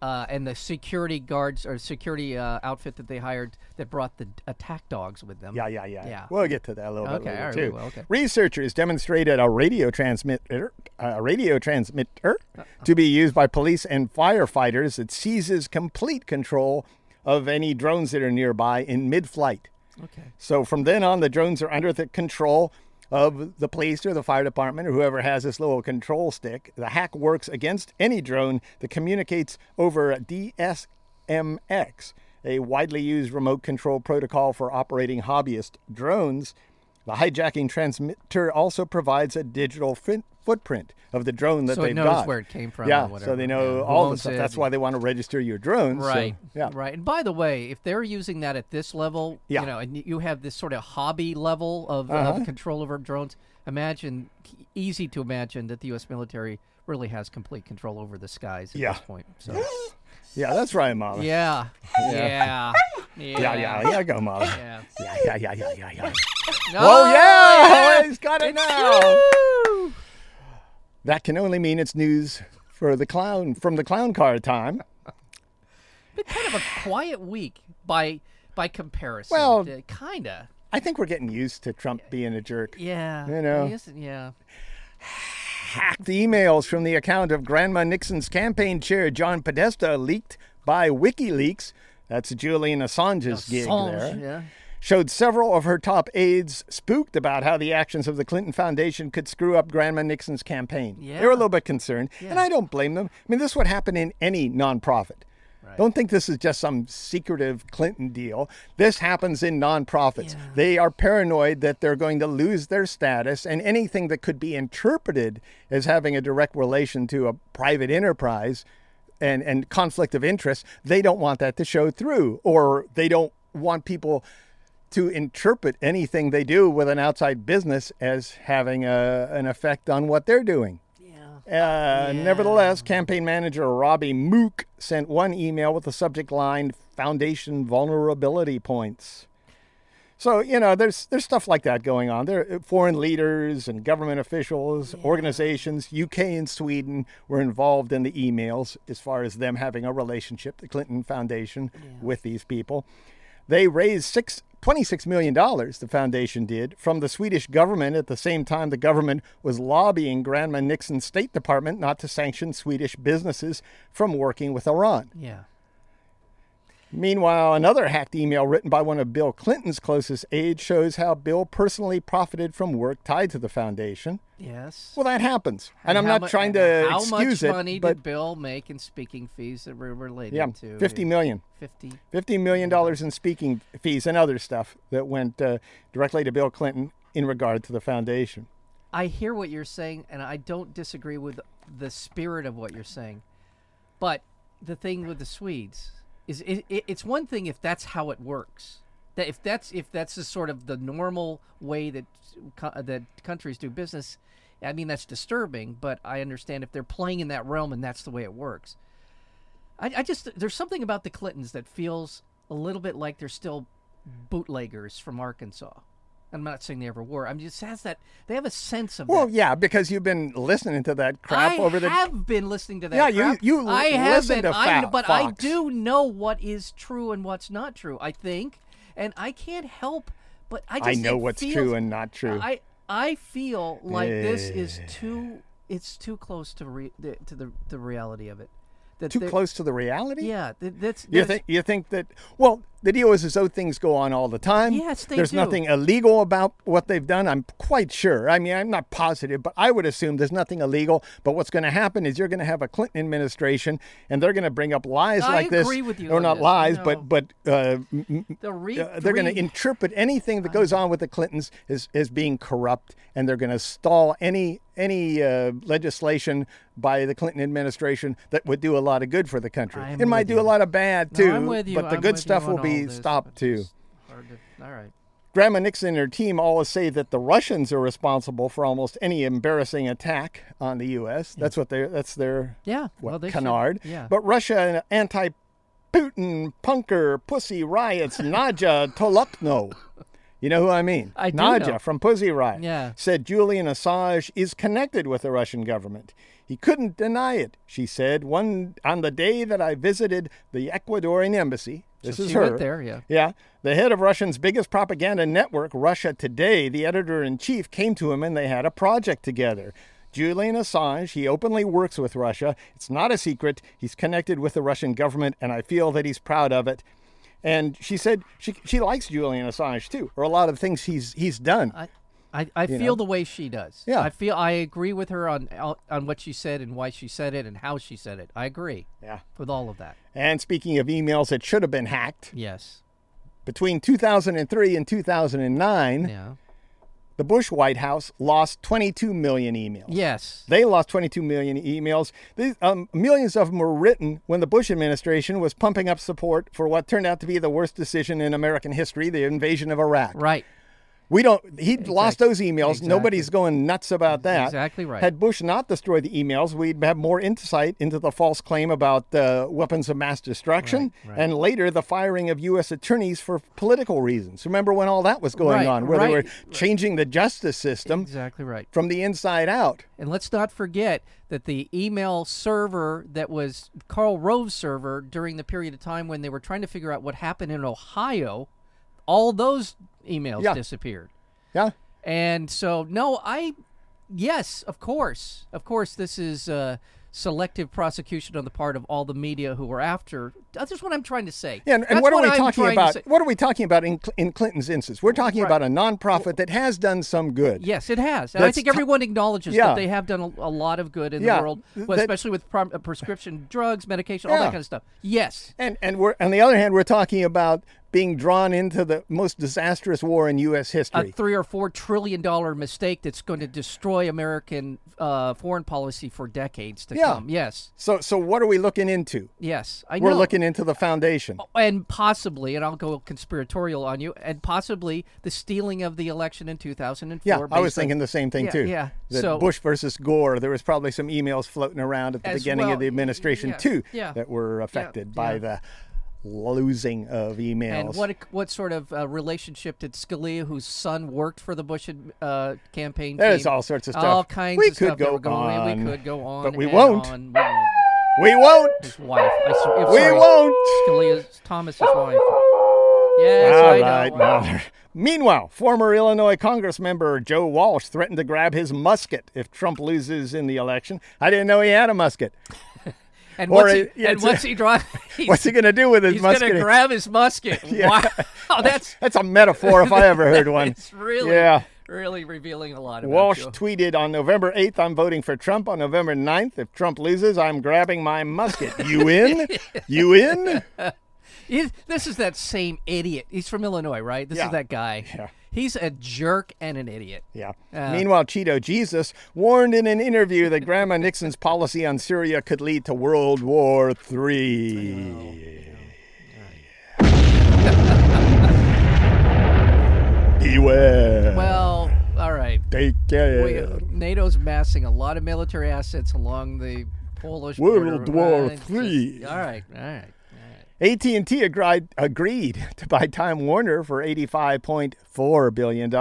[SPEAKER 2] uh, and the security guards or security uh, outfit that they hired that brought the d- attack dogs with them.
[SPEAKER 1] Yeah, yeah, yeah.
[SPEAKER 2] Yeah.
[SPEAKER 1] We'll get to that a little
[SPEAKER 2] Okay,
[SPEAKER 1] bit later
[SPEAKER 2] all right,
[SPEAKER 1] too.
[SPEAKER 2] well, okay.
[SPEAKER 1] Researchers demonstrated a radio transmitter, a radio transmitter, to be used by police and firefighters that seizes complete control of any drones that are nearby in mid-flight.
[SPEAKER 2] Okay.
[SPEAKER 1] So from then on, the drones are under the control of the police or the fire department or whoever has this little control stick. The hack works against any drone that communicates over DSMX, a widely used remote control protocol for operating hobbyist drones. The hijacking transmitter also provides a digital fin- footprint of the drone that
[SPEAKER 2] So it
[SPEAKER 1] they've
[SPEAKER 2] knows
[SPEAKER 1] got.
[SPEAKER 2] where it came from or
[SPEAKER 1] Yeah, so
[SPEAKER 2] whatever.
[SPEAKER 1] they know
[SPEAKER 2] Yeah, who
[SPEAKER 1] all the
[SPEAKER 2] owns
[SPEAKER 1] stuff.
[SPEAKER 2] it.
[SPEAKER 1] That's why they want to register your drones. so,
[SPEAKER 2] Right.
[SPEAKER 1] yeah.
[SPEAKER 2] Right. And by the way, if they're using that at this level,
[SPEAKER 1] Yeah. Uh-huh.
[SPEAKER 2] you know, and y- you have this sort of hobby level of, of control over drones, imagine easy to imagine that the U.S. military really has complete control over the skies at
[SPEAKER 1] Yeah.
[SPEAKER 2] this point. So,
[SPEAKER 1] Yeah, that's right, Molly.
[SPEAKER 2] yeah, yeah, yeah,
[SPEAKER 1] yeah, yeah, yeah go, Molly.
[SPEAKER 2] yeah.
[SPEAKER 1] Yeah, yeah, yeah, yeah, yeah, yeah.
[SPEAKER 2] No!
[SPEAKER 1] Oh yeah, he's got it
[SPEAKER 2] It's-
[SPEAKER 1] now.
[SPEAKER 2] Woo!
[SPEAKER 1] That can only mean it's news for the clown from the clown car time.
[SPEAKER 2] Been kind of a quiet week by by comparison.
[SPEAKER 1] Well-
[SPEAKER 2] Uh, kinda.
[SPEAKER 1] I think we're getting used to Trump being a jerk.
[SPEAKER 2] Yeah.
[SPEAKER 1] You know.
[SPEAKER 2] I guess- Yeah.
[SPEAKER 1] Hacked emails from the account of Grandma Nixon's campaign chair John Podesta leaked by WikiLeaks. That's Julian Assange's gig
[SPEAKER 2] Assange,
[SPEAKER 1] there.
[SPEAKER 2] yeah.
[SPEAKER 1] Showed several of her top aides spooked about how the actions of the Clinton Foundation could screw up Grandma Nixon's campaign. They were
[SPEAKER 2] Yeah.
[SPEAKER 1] a little bit concerned, and I don't blame them. I mean, this would happen in any nonprofit. Don't think this is just some secretive Clinton deal. This happens in nonprofits. They are paranoid that they're going to lose their status, and anything that could be interpreted as having a direct relation to a private enterprise and, and conflict of interest, they don't want that to show through, or they don't want people to interpret anything they do with an outside business as having a, an effect on what they're doing. Uh, Nevertheless, campaign manager Robbie Mook sent one email with the subject line "Foundation vulnerability points." So you know, there's there's stuff like that going on. There, uh, foreign leaders and government officials, organizations, UK and Sweden were involved in the emails as far as them having a relationship, the Clinton Foundation, with these people. They raised six. $26 million the foundation did from the Swedish government at the same time the government was lobbying Grandma Nixon's State Department not to sanction Swedish businesses from working with Iran.
[SPEAKER 2] Yeah.
[SPEAKER 1] Meanwhile, another hacked email written by one of Bill Clinton's closest aides shows how Bill personally profited from work tied to the foundation.
[SPEAKER 2] Yes.
[SPEAKER 1] Well, that happens, and, I'm
[SPEAKER 2] how
[SPEAKER 1] not
[SPEAKER 2] mu-
[SPEAKER 1] trying to
[SPEAKER 2] and how
[SPEAKER 1] excuse
[SPEAKER 2] much
[SPEAKER 1] it,
[SPEAKER 2] money
[SPEAKER 1] but
[SPEAKER 2] did Bill make in speaking fees that were related
[SPEAKER 1] yeah,
[SPEAKER 2] to
[SPEAKER 1] fifty million.
[SPEAKER 2] Fifty.
[SPEAKER 1] $50 million in speaking fees and other stuff that went uh, directly to Bill Clinton in regard to the foundation.
[SPEAKER 2] I hear what you're saying, and I don't disagree with the spirit of what you're saying, but the thing with the Swedes is it, it, it's one thing if that's how it works. That if that's if that's the sort of the normal way that co- that countries do business, I mean that's disturbing. But I understand if they're playing in that realm and that's the way it works. I, I just there's something about the Clintons that feels a little bit like they're still bootleggers from Arkansas. I'm not saying they ever were. I'm just has that they have a sense of
[SPEAKER 1] Well,
[SPEAKER 2] that.
[SPEAKER 1] yeah, because you've been listening to that crap
[SPEAKER 2] I
[SPEAKER 1] over the.
[SPEAKER 2] have been listening to that.
[SPEAKER 1] Yeah, you-
[SPEAKER 2] crap.
[SPEAKER 1] you
[SPEAKER 2] I
[SPEAKER 1] l-
[SPEAKER 2] have
[SPEAKER 1] listen
[SPEAKER 2] been,
[SPEAKER 1] to
[SPEAKER 2] I,
[SPEAKER 1] Fa-
[SPEAKER 2] but I
[SPEAKER 1] Fox.
[SPEAKER 2] do know what is true and what's not true. I think, and I can't help but I just
[SPEAKER 1] I know
[SPEAKER 2] it
[SPEAKER 1] what's
[SPEAKER 2] feels-
[SPEAKER 1] true and not true. Eh.
[SPEAKER 2] I I feel like this is too. It's too close to re, the, to the the reality of it. That
[SPEAKER 1] Too
[SPEAKER 2] there-
[SPEAKER 1] close to the reality.
[SPEAKER 2] Yeah, that, that's.
[SPEAKER 1] You
[SPEAKER 2] there's-
[SPEAKER 1] think you think that well, the deal is as though things go on all the time.
[SPEAKER 2] Yes, they
[SPEAKER 1] There's
[SPEAKER 2] do.
[SPEAKER 1] nothing illegal about what they've done. I'm quite sure. I mean, I'm not positive, but I would assume there's nothing illegal. But what's going to happen is you're going to have a Clinton administration, and they're going to bring up lies
[SPEAKER 2] I
[SPEAKER 1] like this,
[SPEAKER 2] agree with you
[SPEAKER 1] or
[SPEAKER 2] on
[SPEAKER 1] not
[SPEAKER 2] this.
[SPEAKER 1] lies,
[SPEAKER 2] No.
[SPEAKER 1] but but uh, m- m-
[SPEAKER 2] the re,
[SPEAKER 1] uh, they're going
[SPEAKER 2] re-
[SPEAKER 1] to interpret anything that goes on with the Clintons as, as being corrupt, and they're going to stall any any uh, legislation by the Clinton administration that would do a lot of good for the country.
[SPEAKER 2] I'm
[SPEAKER 1] it might
[SPEAKER 2] with
[SPEAKER 1] do
[SPEAKER 2] you.
[SPEAKER 1] a lot of bad
[SPEAKER 2] No,
[SPEAKER 1] too,
[SPEAKER 2] I'm with you,
[SPEAKER 1] but the
[SPEAKER 2] I'm
[SPEAKER 1] good
[SPEAKER 2] with you
[SPEAKER 1] stuff
[SPEAKER 2] on
[SPEAKER 1] will be
[SPEAKER 2] all this,
[SPEAKER 1] stopped
[SPEAKER 2] but
[SPEAKER 1] too.
[SPEAKER 2] it's hard to- all right.
[SPEAKER 1] Grandma Nixon and her team always say that the Russians are responsible for almost any embarrassing attack on the U.S. That's what they that's their
[SPEAKER 2] Yeah.
[SPEAKER 1] what,
[SPEAKER 2] well, they should-
[SPEAKER 1] canard.
[SPEAKER 2] Yeah.
[SPEAKER 1] But Russia and anti Putin, punker, pussy riots, Nadja Tolokno. You know who I mean?
[SPEAKER 2] I do
[SPEAKER 1] Nadja
[SPEAKER 2] know.
[SPEAKER 1] from Pussy Riot.
[SPEAKER 2] Yeah.
[SPEAKER 1] Said Julian Assange is connected with the Russian government. He couldn't deny it, she said. One on the day that I visited the Ecuadorian embassy. This
[SPEAKER 2] So
[SPEAKER 1] is
[SPEAKER 2] she
[SPEAKER 1] her.
[SPEAKER 2] went there, yeah.
[SPEAKER 1] Yeah. The head of Russia's biggest propaganda network, Russia Today, the editor in chief, came to him and they had a project together. Julian Assange, he openly works with Russia. It's not a secret. He's connected with the Russian government, and I feel that he's proud of it. And she said she, she likes Julian Assange too, or a lot of things he's he's done.
[SPEAKER 2] I, I, I feel the way she does.
[SPEAKER 1] Yeah.
[SPEAKER 2] I feel I agree with her on on what she said and why she said it and how she said it. I agree.
[SPEAKER 1] Yeah.
[SPEAKER 2] With all of that.
[SPEAKER 1] And speaking of emails that should have been hacked,
[SPEAKER 2] Yes.
[SPEAKER 1] between 2003 and 2009,
[SPEAKER 2] Yeah.
[SPEAKER 1] the Bush White House lost 22 million emails.
[SPEAKER 2] Yes.
[SPEAKER 1] They lost 22 million emails. These, um, millions of them were written when the Bush administration was pumping up support for what turned out to be the worst decision in American history, the invasion of Iraq.
[SPEAKER 2] right.
[SPEAKER 1] We don't. He lost those emails.
[SPEAKER 2] Exactly.
[SPEAKER 1] Nobody's going nuts about that.
[SPEAKER 2] Exactly right.
[SPEAKER 1] Had Bush not destroyed the emails, we'd have more insight into the false claim about uh, weapons of mass destruction, and later the firing of U.S. attorneys for political reasons. Remember when all that was going
[SPEAKER 2] Right,
[SPEAKER 1] on, where they
[SPEAKER 2] right,
[SPEAKER 1] were changing the justice system
[SPEAKER 2] Exactly right.
[SPEAKER 1] from the inside out.
[SPEAKER 2] And let's not forget that the email server that was Carl Rove's server during the period of time when they were trying to figure out what happened in Ohio, all those emails
[SPEAKER 1] Yeah.
[SPEAKER 2] disappeared.
[SPEAKER 1] Yeah.
[SPEAKER 2] And so, no, I, yes, of course, of course, this is uh, selective prosecution on the part of all the media who are after. That's just what I'm trying to say.
[SPEAKER 1] Yeah, and, and
[SPEAKER 2] That's
[SPEAKER 1] what are we
[SPEAKER 2] I'm
[SPEAKER 1] talking
[SPEAKER 2] trying to
[SPEAKER 1] about?
[SPEAKER 2] say.
[SPEAKER 1] What are we talking about in, Cl- in Clinton's instance? We're talking about a nonprofit that has done some good.
[SPEAKER 2] Yes, it has, and I
[SPEAKER 1] That's
[SPEAKER 2] think
[SPEAKER 1] t-
[SPEAKER 2] everyone acknowledges
[SPEAKER 1] Yeah.
[SPEAKER 2] that they have done a, a lot of good in
[SPEAKER 1] Yeah,
[SPEAKER 2] the world,
[SPEAKER 1] th-
[SPEAKER 2] well,
[SPEAKER 1] that-
[SPEAKER 2] especially with prom- uh, prescription drugs, medication, all
[SPEAKER 1] Yeah.
[SPEAKER 2] that kind of stuff. Yes,
[SPEAKER 1] And and we're on the other hand, we're talking about being drawn into the most disastrous war in U.S. history.
[SPEAKER 2] a three or four trillion dollar mistake that's going to destroy American uh, foreign policy for decades to
[SPEAKER 1] Yeah.
[SPEAKER 2] come. Yes,
[SPEAKER 1] so so what are we looking into?
[SPEAKER 2] yes, I
[SPEAKER 1] We're
[SPEAKER 2] know.
[SPEAKER 1] looking into the foundation.
[SPEAKER 2] and possibly, and I'll go conspiratorial on you, and possibly the stealing of the election in 2004.
[SPEAKER 1] Yeah, I
[SPEAKER 2] based
[SPEAKER 1] was
[SPEAKER 2] on-
[SPEAKER 1] thinking the same thing
[SPEAKER 2] Yeah,
[SPEAKER 1] too.
[SPEAKER 2] yeah.
[SPEAKER 1] That
[SPEAKER 2] So-
[SPEAKER 1] Bush versus Gore, there was probably some emails floating around at the
[SPEAKER 2] As
[SPEAKER 1] beginning
[SPEAKER 2] well,
[SPEAKER 1] of the administration
[SPEAKER 2] yeah,
[SPEAKER 1] too
[SPEAKER 2] yeah.
[SPEAKER 1] that were affected by
[SPEAKER 2] yeah.
[SPEAKER 1] the losing of emails.
[SPEAKER 2] And what what sort of uh, relationship did Scalia, whose son worked for the Bush uh, campaign,
[SPEAKER 1] There's
[SPEAKER 2] team-
[SPEAKER 1] all sorts of
[SPEAKER 2] All
[SPEAKER 1] stuff.
[SPEAKER 2] kinds
[SPEAKER 1] We
[SPEAKER 2] of stuff
[SPEAKER 1] could
[SPEAKER 2] that were
[SPEAKER 1] go
[SPEAKER 2] going in.
[SPEAKER 1] on,
[SPEAKER 2] We could go on,
[SPEAKER 1] but we
[SPEAKER 2] and
[SPEAKER 1] won't.
[SPEAKER 2] on. We won't.
[SPEAKER 1] we won't.
[SPEAKER 2] His wife. I, s- I'm
[SPEAKER 1] We
[SPEAKER 2] sorry,
[SPEAKER 1] won't.
[SPEAKER 2] Scalia's Thomas's wife. Yes,
[SPEAKER 1] All
[SPEAKER 2] I know.
[SPEAKER 1] right,
[SPEAKER 2] Wow.
[SPEAKER 1] Mother. Meanwhile, former Illinois Congress member Joe Walsh threatened to grab his musket if Trump loses in the election. I didn't know he had a musket.
[SPEAKER 2] And
[SPEAKER 1] Or
[SPEAKER 2] what's he,
[SPEAKER 1] it- yeah,
[SPEAKER 2] and
[SPEAKER 1] it's-
[SPEAKER 2] what's he driving?
[SPEAKER 1] What's he going to do with his
[SPEAKER 2] He's
[SPEAKER 1] musket?
[SPEAKER 2] gonna grab his musket. Wow, that's
[SPEAKER 1] That's a metaphor if I ever heard one.
[SPEAKER 2] It's really,
[SPEAKER 1] Yeah.
[SPEAKER 2] really revealing a lot about
[SPEAKER 1] Walsh
[SPEAKER 2] you.
[SPEAKER 1] tweeted on November 8th, I'm voting for Trump. On November 9th, if Trump loses, I'm grabbing my musket. You in? You in?
[SPEAKER 2] He's- this is that same idiot. He's from Illinois, right? This
[SPEAKER 1] Yeah.
[SPEAKER 2] is that guy.
[SPEAKER 1] Yeah.
[SPEAKER 2] He's a jerk and an idiot.
[SPEAKER 1] Yeah.
[SPEAKER 2] Uh,
[SPEAKER 1] Meanwhile, Cheeto Jesus warned in an interview that Grandma Nixon's policy on Syria could lead to World War III. Beware.
[SPEAKER 2] Well, all right.
[SPEAKER 1] Take care.
[SPEAKER 2] We, NATO's massing a lot of military assets along the Polish
[SPEAKER 1] World
[SPEAKER 2] border.
[SPEAKER 1] War
[SPEAKER 2] Uh, it's just-
[SPEAKER 1] Three.
[SPEAKER 2] all right, all right, all right.
[SPEAKER 1] AT&T agreed, agreed to buy Time Warner for $85.4 billion.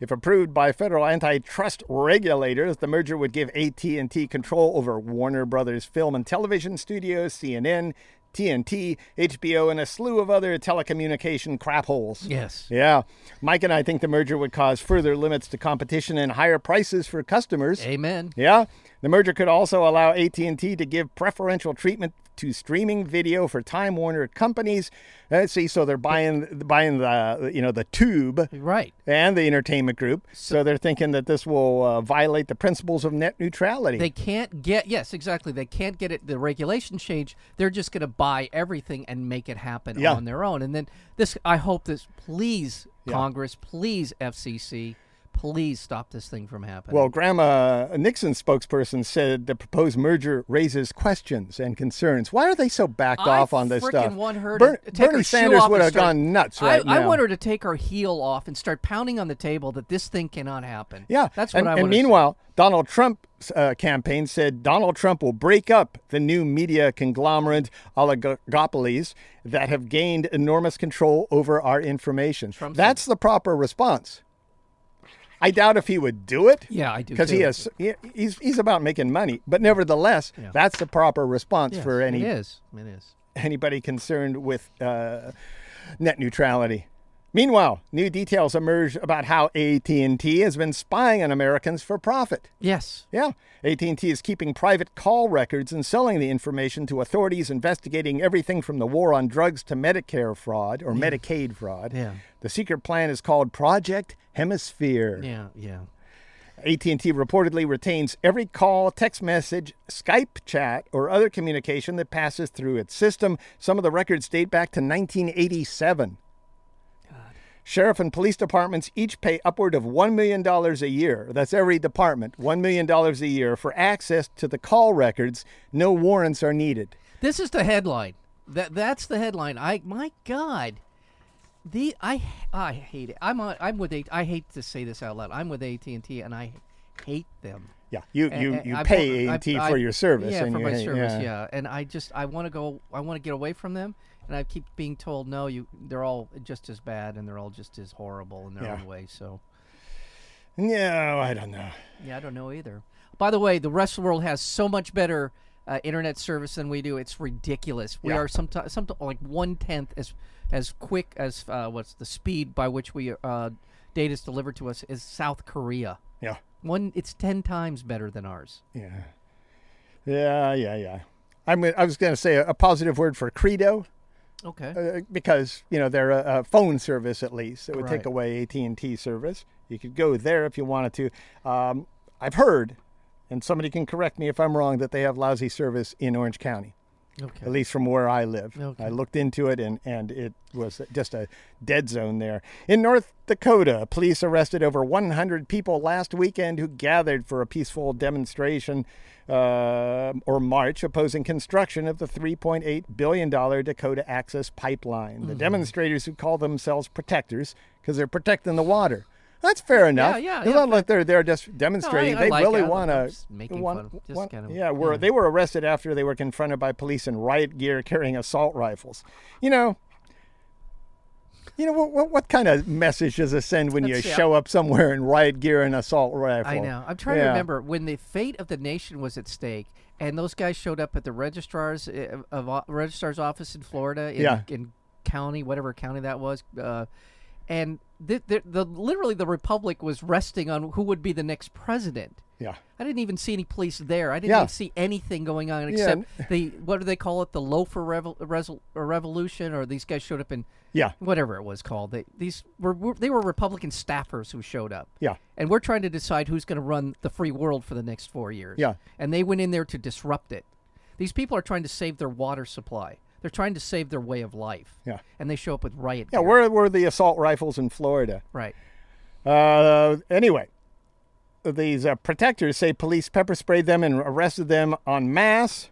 [SPEAKER 1] If approved by federal antitrust regulators, the merger would give AT&T control over Warner Brothers film and television studios, CNN, TNT, HBO, and a slew of other telecommunication crap holes.
[SPEAKER 2] Yes.
[SPEAKER 1] Yeah. Mike and I think the merger would cause further limits to competition and higher prices for customers.
[SPEAKER 2] Amen.
[SPEAKER 1] Yeah. The merger could also allow AT&T to give preferential treatment to streaming video for Time Warner companies. Let's see, so they're buying buying the you know the Tube
[SPEAKER 2] Right.
[SPEAKER 1] and the entertainment group. So, they're thinking that this will uh, violate the principles of net neutrality.
[SPEAKER 2] They can't get yes, exactly. They can't get it the regulation change. They're just going to buy everything and make it happen
[SPEAKER 1] Yeah.
[SPEAKER 2] on their own. And then this I hope this please Congress, please FCC, please stop this thing from happening.
[SPEAKER 1] well, Grandma Nixon's spokesperson said the proposed merger raises questions and concerns. Why are they so backed
[SPEAKER 2] I
[SPEAKER 1] off on this
[SPEAKER 2] frickin'
[SPEAKER 1] stuff?
[SPEAKER 2] want her to
[SPEAKER 1] Bern-
[SPEAKER 2] take her
[SPEAKER 1] Bernie
[SPEAKER 2] shoe
[SPEAKER 1] Sanders
[SPEAKER 2] off
[SPEAKER 1] would
[SPEAKER 2] and
[SPEAKER 1] have
[SPEAKER 2] start-
[SPEAKER 1] gone nuts right
[SPEAKER 2] I,
[SPEAKER 1] now.
[SPEAKER 2] I want her to take her heel off and start pounding on the table that this thing cannot happen.
[SPEAKER 1] Yeah,
[SPEAKER 2] that's what
[SPEAKER 1] and,
[SPEAKER 2] I.
[SPEAKER 1] And
[SPEAKER 2] wanna see.
[SPEAKER 1] meanwhile, Donald Trump's uh, campaign said Donald Trump will break up the new media conglomerate oligopolies that have gained enormous control over our information. That's the proper response. I doubt if he would do it.
[SPEAKER 2] Yeah, I do,
[SPEAKER 1] Because he
[SPEAKER 2] too.
[SPEAKER 1] has, he, he's he's about making money, but nevertheless, that's the proper response
[SPEAKER 2] Yes,
[SPEAKER 1] for any
[SPEAKER 2] it is it is.
[SPEAKER 1] anybody concerned with uh, net neutrality. Meanwhile, new details emerge about how AT&T has been spying on Americans for profit.
[SPEAKER 2] Yes.
[SPEAKER 1] Yeah, AT&T is keeping private call records and selling the information to authorities investigating everything from the war on drugs to Medicare fraud or Medicaid fraud.
[SPEAKER 2] Yeah.
[SPEAKER 1] The secret plan is called Project Hemisphere.
[SPEAKER 2] Yeah. Yeah.
[SPEAKER 1] AT&T reportedly retains every call, text message, Skype chat, or other communication that passes through its system. Some of the records date back to 1987. Sheriff and police departments each pay upward of $1 million a year. That's every department, $1 million a year for access to the call records. No warrants are needed.
[SPEAKER 2] This is the headline. That that's the headline. I my God, the I I hate it. I'm on, I'm with AT. I hate to say this out loud. I'm with AT and T, and I hate them.
[SPEAKER 1] Yeah, you,
[SPEAKER 2] And-
[SPEAKER 1] you,
[SPEAKER 2] and
[SPEAKER 1] you
[SPEAKER 2] I-
[SPEAKER 1] pay
[SPEAKER 2] I-
[SPEAKER 1] AT&T
[SPEAKER 2] I-
[SPEAKER 1] for your service.
[SPEAKER 2] Yeah,
[SPEAKER 1] and
[SPEAKER 2] for
[SPEAKER 1] you
[SPEAKER 2] my
[SPEAKER 1] hate-
[SPEAKER 2] service. Yeah. and I just I want to go. I want to get away from them, and I keep being told no. You, they're all just as bad, and they're all just as horrible in their
[SPEAKER 1] Yeah.
[SPEAKER 2] own way. So
[SPEAKER 1] No, I don't know.
[SPEAKER 2] yeah, I don't know either. By the way, the rest of the world has so much better uh, internet service than we do. It's ridiculous. We
[SPEAKER 1] Yeah.
[SPEAKER 2] are sometimes some like one tenth as as quick as uh, what's the speed by which we uh, data is delivered to us is South Korea.
[SPEAKER 1] Yeah.
[SPEAKER 2] One, it's ten times better than ours.
[SPEAKER 1] Yeah. Yeah, yeah, yeah. I'm, I was going to say a, a positive word for Credo
[SPEAKER 2] Okay.
[SPEAKER 1] uh, because, you know, they're a, a phone service at least. It would take
[SPEAKER 2] Right.
[SPEAKER 1] away AT&T service. You could go there if you wanted to. Um, I've heard, and somebody can correct me if I'm wrong, that they have lousy service in Orange County,
[SPEAKER 2] okay.
[SPEAKER 1] at least from where I live.
[SPEAKER 2] Okay.
[SPEAKER 1] I looked into it, and, and it was just a dead zone there. In North Dakota, police arrested over 100 people last weekend who gathered for a peaceful demonstration uh, or march opposing construction of the $3.8 billion Dakota Access Pipeline.
[SPEAKER 2] Mm-hmm.
[SPEAKER 1] The demonstrators who call themselves protectors because they're protecting the water. That's fair enough.
[SPEAKER 2] yeah,
[SPEAKER 1] It's
[SPEAKER 2] yeah,
[SPEAKER 1] not like they're there just demonstrating.
[SPEAKER 2] I
[SPEAKER 1] they
[SPEAKER 2] like
[SPEAKER 1] really
[SPEAKER 2] it. I'm
[SPEAKER 1] want to
[SPEAKER 2] just making fun. Just kind of-
[SPEAKER 1] yeah, were they were arrested after they were confronted by police in riot gear carrying assault rifles. You know, you know what? What, what kind of message does it send when
[SPEAKER 2] That's-
[SPEAKER 1] you
[SPEAKER 2] yeah.
[SPEAKER 1] show up somewhere in riot gear and assault rifle?
[SPEAKER 2] I know. I'm trying to
[SPEAKER 1] Yeah.
[SPEAKER 2] remember when the fate of the nation was at stake, and those guys showed up at the registrar's uh, of o- registrar's office in Florida, in,
[SPEAKER 1] Yeah.
[SPEAKER 2] in county, whatever county that was, uh, and the, the, the literally the republic was resting on who would be the next president.
[SPEAKER 1] Yeah.
[SPEAKER 2] I didn't even see any police there. I didn't
[SPEAKER 1] Yeah.
[SPEAKER 2] even see anything going on except the what do they call it? The loafer revol- resol- or revolution, or these guys showed up in
[SPEAKER 1] Yeah.
[SPEAKER 2] whatever it was called. They these were, were they were Republican staffers who showed up.
[SPEAKER 1] Yeah.
[SPEAKER 2] and we're trying to decide who's going to run the free world for the next four years.
[SPEAKER 1] Yeah.
[SPEAKER 2] and they went in there to disrupt it. These people are trying to save their water supply. They're trying to save their way of life.
[SPEAKER 1] Yeah.
[SPEAKER 2] and they show up with riot.
[SPEAKER 1] Yeah,
[SPEAKER 2] gear.
[SPEAKER 1] where were the assault rifles in Florida?
[SPEAKER 2] right.
[SPEAKER 1] Uh, anyway, these uh, protectors say police pepper sprayed them and arrested them en masse.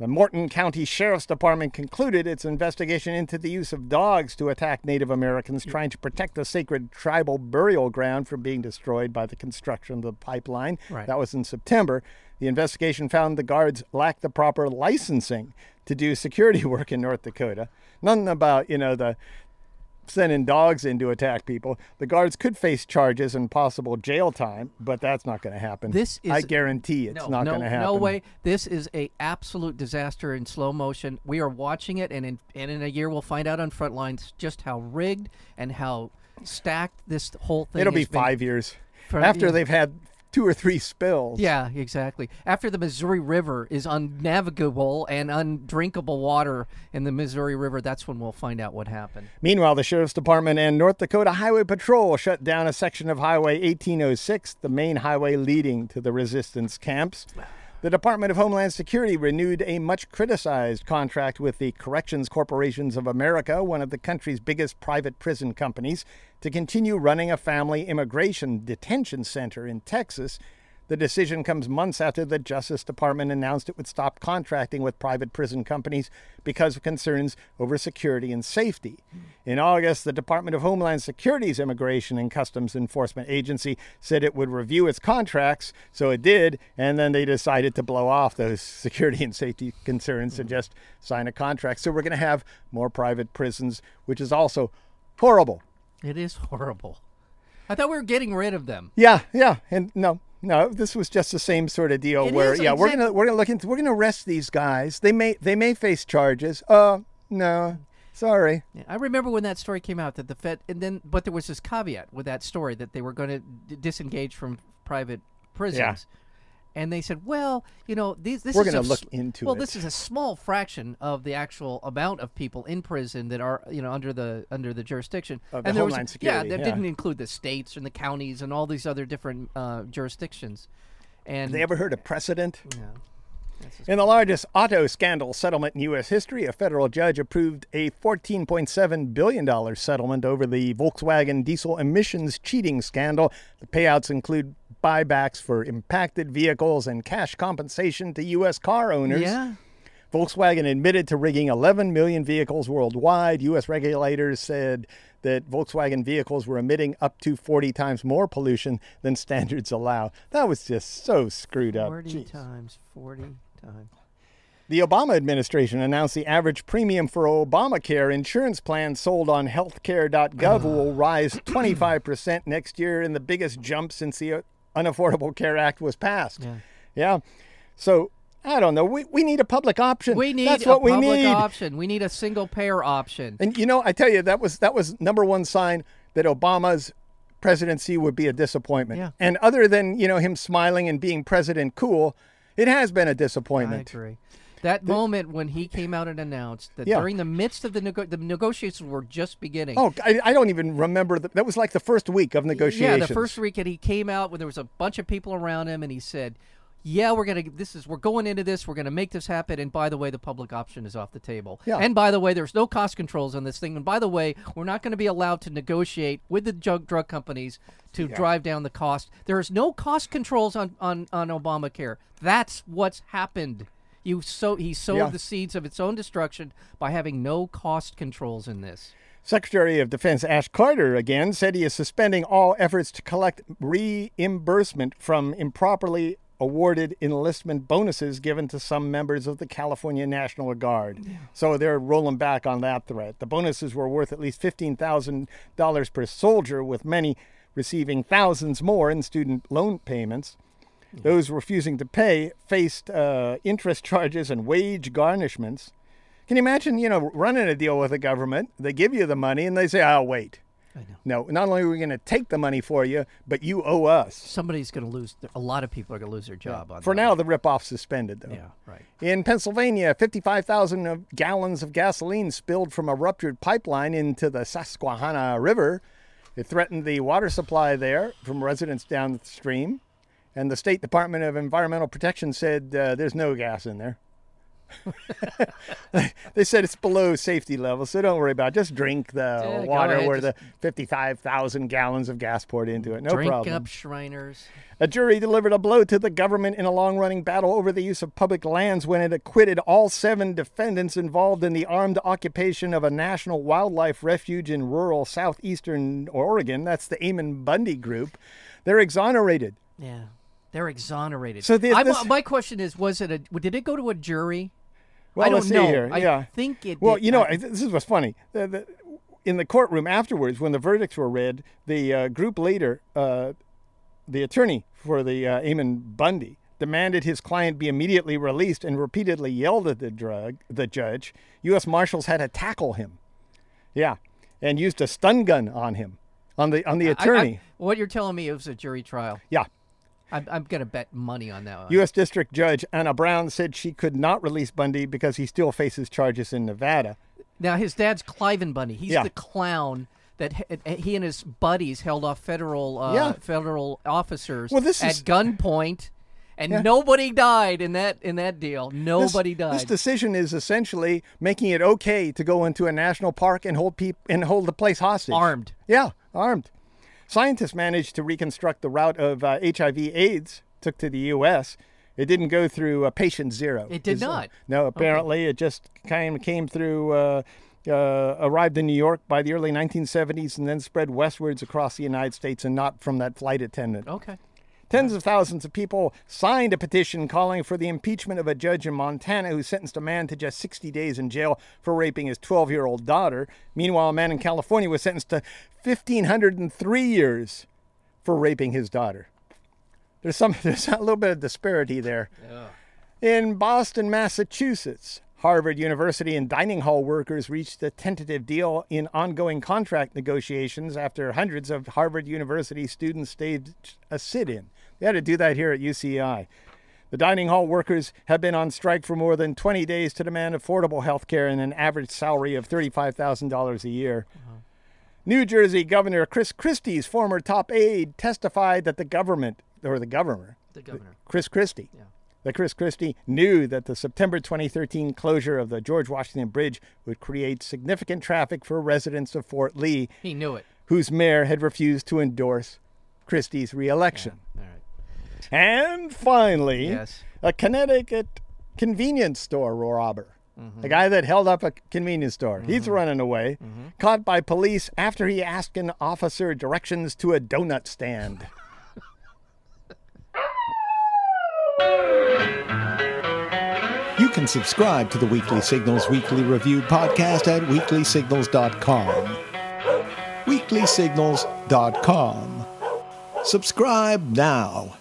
[SPEAKER 1] The Morton County Sheriff's Department concluded its investigation into the use of dogs to attack Native Americans trying to protect the sacred tribal burial ground from being destroyed by the construction of the pipeline.
[SPEAKER 2] Right.
[SPEAKER 1] That was in September. The investigation found the guards lacked the proper licensing to do security work in North Dakota. Nothing about, you know, the sending dogs in to attack people. The guards could face charges and possible jail time, but that's not going to happen.
[SPEAKER 2] This
[SPEAKER 1] I
[SPEAKER 2] is-
[SPEAKER 1] guarantee it's
[SPEAKER 2] no,
[SPEAKER 1] not
[SPEAKER 2] no,
[SPEAKER 1] going to happen.
[SPEAKER 2] No way. This is a absolute disaster in slow motion. We are watching it, and in and in a year we'll find out on front lines just how rigged and how stacked this whole thing.
[SPEAKER 1] It'll be
[SPEAKER 2] has been.
[SPEAKER 1] five years
[SPEAKER 2] For-
[SPEAKER 1] after
[SPEAKER 2] yeah.
[SPEAKER 1] they've had two or three spills.
[SPEAKER 2] Yeah, exactly. After the Missouri River is unnavigable and undrinkable water in the Missouri River, that's when we'll find out what happened.
[SPEAKER 1] Meanwhile, the sheriff's department and North Dakota Highway Patrol shut down a section of Highway 1806, the main highway leading to the resistance camps. The Department of Homeland Security renewed a much criticized contract with the Corrections Corporations of America, one of the country's biggest private prison companies, to continue running a family immigration detention center in Texas. The decision comes months after the Justice Department announced it would stop contracting with private prison companies because of concerns over security and safety. In August, the Department of Homeland Security's Immigration and Customs Enforcement Agency said it would review its contracts, so it did, and then they decided to blow off those security and safety concerns and just sign a contract. So we're going to have more private prisons, which is also horrible.
[SPEAKER 2] It is horrible. I thought we were getting rid of them.
[SPEAKER 1] Yeah, yeah, and no, no. This was just the same sort of deal
[SPEAKER 2] It
[SPEAKER 1] where,
[SPEAKER 2] is
[SPEAKER 1] yeah, we're
[SPEAKER 2] exact-
[SPEAKER 1] gonna we're gonna look into we're gonna arrest these guys. They may they may face charges. Uh, no, sorry.
[SPEAKER 2] Yeah, I remember when that story came out that the Fed, and then, but there was this caveat with that story that they were going to d- disengage from private prisons. And they said, well, you know, these, this
[SPEAKER 1] We're
[SPEAKER 2] is a
[SPEAKER 1] gonna look
[SPEAKER 2] s-
[SPEAKER 1] into
[SPEAKER 2] Well,
[SPEAKER 1] it.
[SPEAKER 2] this is a small fraction of the actual amount of people in prison that are, you know, under the under the jurisdiction.
[SPEAKER 1] Of the
[SPEAKER 2] and there was-
[SPEAKER 1] Homeland Security,
[SPEAKER 2] Yeah,
[SPEAKER 1] yeah.
[SPEAKER 2] that didn't include the states and the counties and all these other different uh, jurisdictions. And
[SPEAKER 1] They ever heard of precedent?
[SPEAKER 2] yeah.
[SPEAKER 1] In the largest auto scandal settlement in U.S. history, a federal judge approved a $14.7 billion settlement over the Volkswagen diesel emissions cheating scandal. The payouts include buybacks for impacted vehicles and cash compensation to U.S. car owners.
[SPEAKER 2] yeah.
[SPEAKER 1] Volkswagen admitted to rigging 11 million vehicles worldwide. U.S. regulators said that Volkswagen vehicles were emitting up to 40 times more pollution than standards allow. That was just so screwed up.
[SPEAKER 2] 40
[SPEAKER 1] Oh, Jeez.
[SPEAKER 2] times, 40 times.
[SPEAKER 1] The Obama administration announced the average premium for Obamacare insurance plans sold on healthcare.gov will rise 25% next year in the biggest jump since the uh, Unaffordable Care Act was passed.
[SPEAKER 2] Yeah.
[SPEAKER 1] Yeah. So, I don't know. We, we need a public option.
[SPEAKER 2] We need
[SPEAKER 1] That's
[SPEAKER 2] a
[SPEAKER 1] what we
[SPEAKER 2] public
[SPEAKER 1] need.
[SPEAKER 2] option. We need a single payer option.
[SPEAKER 1] And you know, I tell you, that was that was number one sign that Obama's presidency would be a disappointment.
[SPEAKER 2] Yeah.
[SPEAKER 1] And other than you know him smiling and being president cool, it has been a disappointment.
[SPEAKER 2] I agree. That moment when he came out and announced that
[SPEAKER 1] Yeah.
[SPEAKER 2] during the midst of the nego- the negotiations were just beginning.
[SPEAKER 1] Oh, I, I don't even remember. The, that was like the first week of
[SPEAKER 2] yeah,
[SPEAKER 1] negotiations.
[SPEAKER 2] the first weekend he came out when there was a bunch of people around him, and he said, "Yeah, we're gonna this is we're going into this. We're gonna make this happen. And by the way, the public option is off the table.
[SPEAKER 1] Yeah.
[SPEAKER 2] And by the way, there's no cost controls on this thing. And by the way, we're not gonna be allowed to negotiate with the drug drug companies to drive down the cost. There is no cost controls on on on Obamacare. That's what's happened." You sow, he sowed
[SPEAKER 1] Yeah.
[SPEAKER 2] the seeds of its own destruction by having no cost controls in this.
[SPEAKER 1] Secretary of Defense Ash Carter again said he is suspending all efforts to collect reimbursement from improperly awarded enlistment bonuses given to some members of the California National Guard. So they're rolling back on that threat. The bonuses were worth at least $15,000 per soldier, with many receiving thousands more in student loan payments. Those refusing to pay faced uh, interest charges and wage garnishments. Can you imagine, you know, running a deal with the government? They give you the money and they say, oh, wait. I know. No, not only are we going to take the money for you, but you owe us.
[SPEAKER 2] Somebody's going to lose. A lot of people are going to lose their job on
[SPEAKER 1] For
[SPEAKER 2] that.
[SPEAKER 1] now, the ripoff suspended, though.
[SPEAKER 2] Yeah, right.
[SPEAKER 1] In Pennsylvania, 55,000 of- gallons of gasoline spilled from a ruptured pipeline into the Susquehanna River. It threatened the water supply there from residents downstream. And the State Department of Environmental Protection said uh, there's no gas in there. they said it's below safety level, so don't worry about it. Just drink the
[SPEAKER 2] Yeah, go
[SPEAKER 1] water
[SPEAKER 2] ahead,
[SPEAKER 1] where
[SPEAKER 2] just-
[SPEAKER 1] the 55,000 gallons of gas poured into it. No
[SPEAKER 2] Drink
[SPEAKER 1] problem.
[SPEAKER 2] up, Shriners.
[SPEAKER 1] A jury delivered a blow to the government in a long running battle over the use of public lands when it acquitted all seven defendants involved in the armed occupation of a national wildlife refuge in rural southeastern Oregon. That's the Eamon Bundy Group. They're exonerated.
[SPEAKER 2] Yeah, they're exonerated.
[SPEAKER 1] So the-
[SPEAKER 2] I'm-
[SPEAKER 1] this-
[SPEAKER 2] my question is, was it a? Did it go to a jury?
[SPEAKER 1] Well,
[SPEAKER 2] I don't
[SPEAKER 1] let's see
[SPEAKER 2] know.
[SPEAKER 1] here.
[SPEAKER 2] I
[SPEAKER 1] yeah.
[SPEAKER 2] think it.
[SPEAKER 1] Well,
[SPEAKER 2] did-
[SPEAKER 1] you know,
[SPEAKER 2] I-
[SPEAKER 1] I- this is what's funny. The- the- in the courtroom afterwards, when the verdicts were read, the uh, group leader, uh, the attorney for the uh, Eamon Bundy, demanded his client be immediately released and repeatedly yelled at the drug the judge. U.S. Marshals had to tackle him. Yeah, and used a stun gun on him, on the on the
[SPEAKER 2] I- I-
[SPEAKER 1] attorney.
[SPEAKER 2] what you're telling me it was a jury trial.
[SPEAKER 1] yeah.
[SPEAKER 2] I'm, I'm gonna bet money on that one.
[SPEAKER 1] U.S. District Judge Anna Brown said she could not release Bundy because he still faces charges in Nevada.
[SPEAKER 2] Now his dad's Cliven Bundy. He's
[SPEAKER 1] Yeah.
[SPEAKER 2] the clown that h- he and his buddies held off federal uh,
[SPEAKER 1] Yeah.
[SPEAKER 2] federal officers
[SPEAKER 1] Well, this
[SPEAKER 2] at
[SPEAKER 1] is-
[SPEAKER 2] gunpoint, and nobody died in that in that deal.
[SPEAKER 1] This-
[SPEAKER 2] Nobody died.
[SPEAKER 1] This decision is essentially making it okay to go into a national park and hold peop- and hold the place hostage.
[SPEAKER 2] Armed.
[SPEAKER 1] Yeah, armed. Scientists managed to reconstruct the route of uh, HIV/AIDS took to the U.S. It didn't go through uh, patient zero.
[SPEAKER 2] It did
[SPEAKER 1] Is, uh,
[SPEAKER 2] not?
[SPEAKER 1] no, apparently it just kind of came through. Uh, uh, arrived in New York by the early 1970s and then spread westwards across the United States and not from that flight attendant.
[SPEAKER 2] okay.
[SPEAKER 1] Tens of thousands of people signed a petition calling for the impeachment of a judge in Montana who sentenced a man to just 60 days in jail for raping his 12 year old daughter. Meanwhile, a man in California was sentenced to 1,503 years for raping his daughter. There's, some, there's a little bit of disparity there. In Boston, Massachusetts, Harvard University and dining hall workers reached a tentative deal in ongoing contract negotiations after hundreds of Harvard University students staged a sit in. They had to do that here at UCI. The dining hall workers have been on strike for more than 20 days to demand affordable health care and an average salary of $35,000 a year. New Jersey Governor Chris Christie's former top aide testified that the government, or the governor,
[SPEAKER 2] The governor.
[SPEAKER 1] Chris Christie. That Chris Christie knew that the September 2013 closure of the George Washington Bridge would create significant traffic for residents of Fort Lee,
[SPEAKER 2] He knew it.
[SPEAKER 1] whose mayor had refused to endorse Christie's reelection.
[SPEAKER 2] All right.
[SPEAKER 1] And finally,
[SPEAKER 2] Yes.
[SPEAKER 1] a Connecticut convenience store robber. The guy that held up a convenience store. He's running away, caught by police after he asked an officer directions to a donut stand. You can subscribe to the Weekly Signals Weekly Review podcast at weeklysignals.com. Weeklysignals.com. Subscribe now.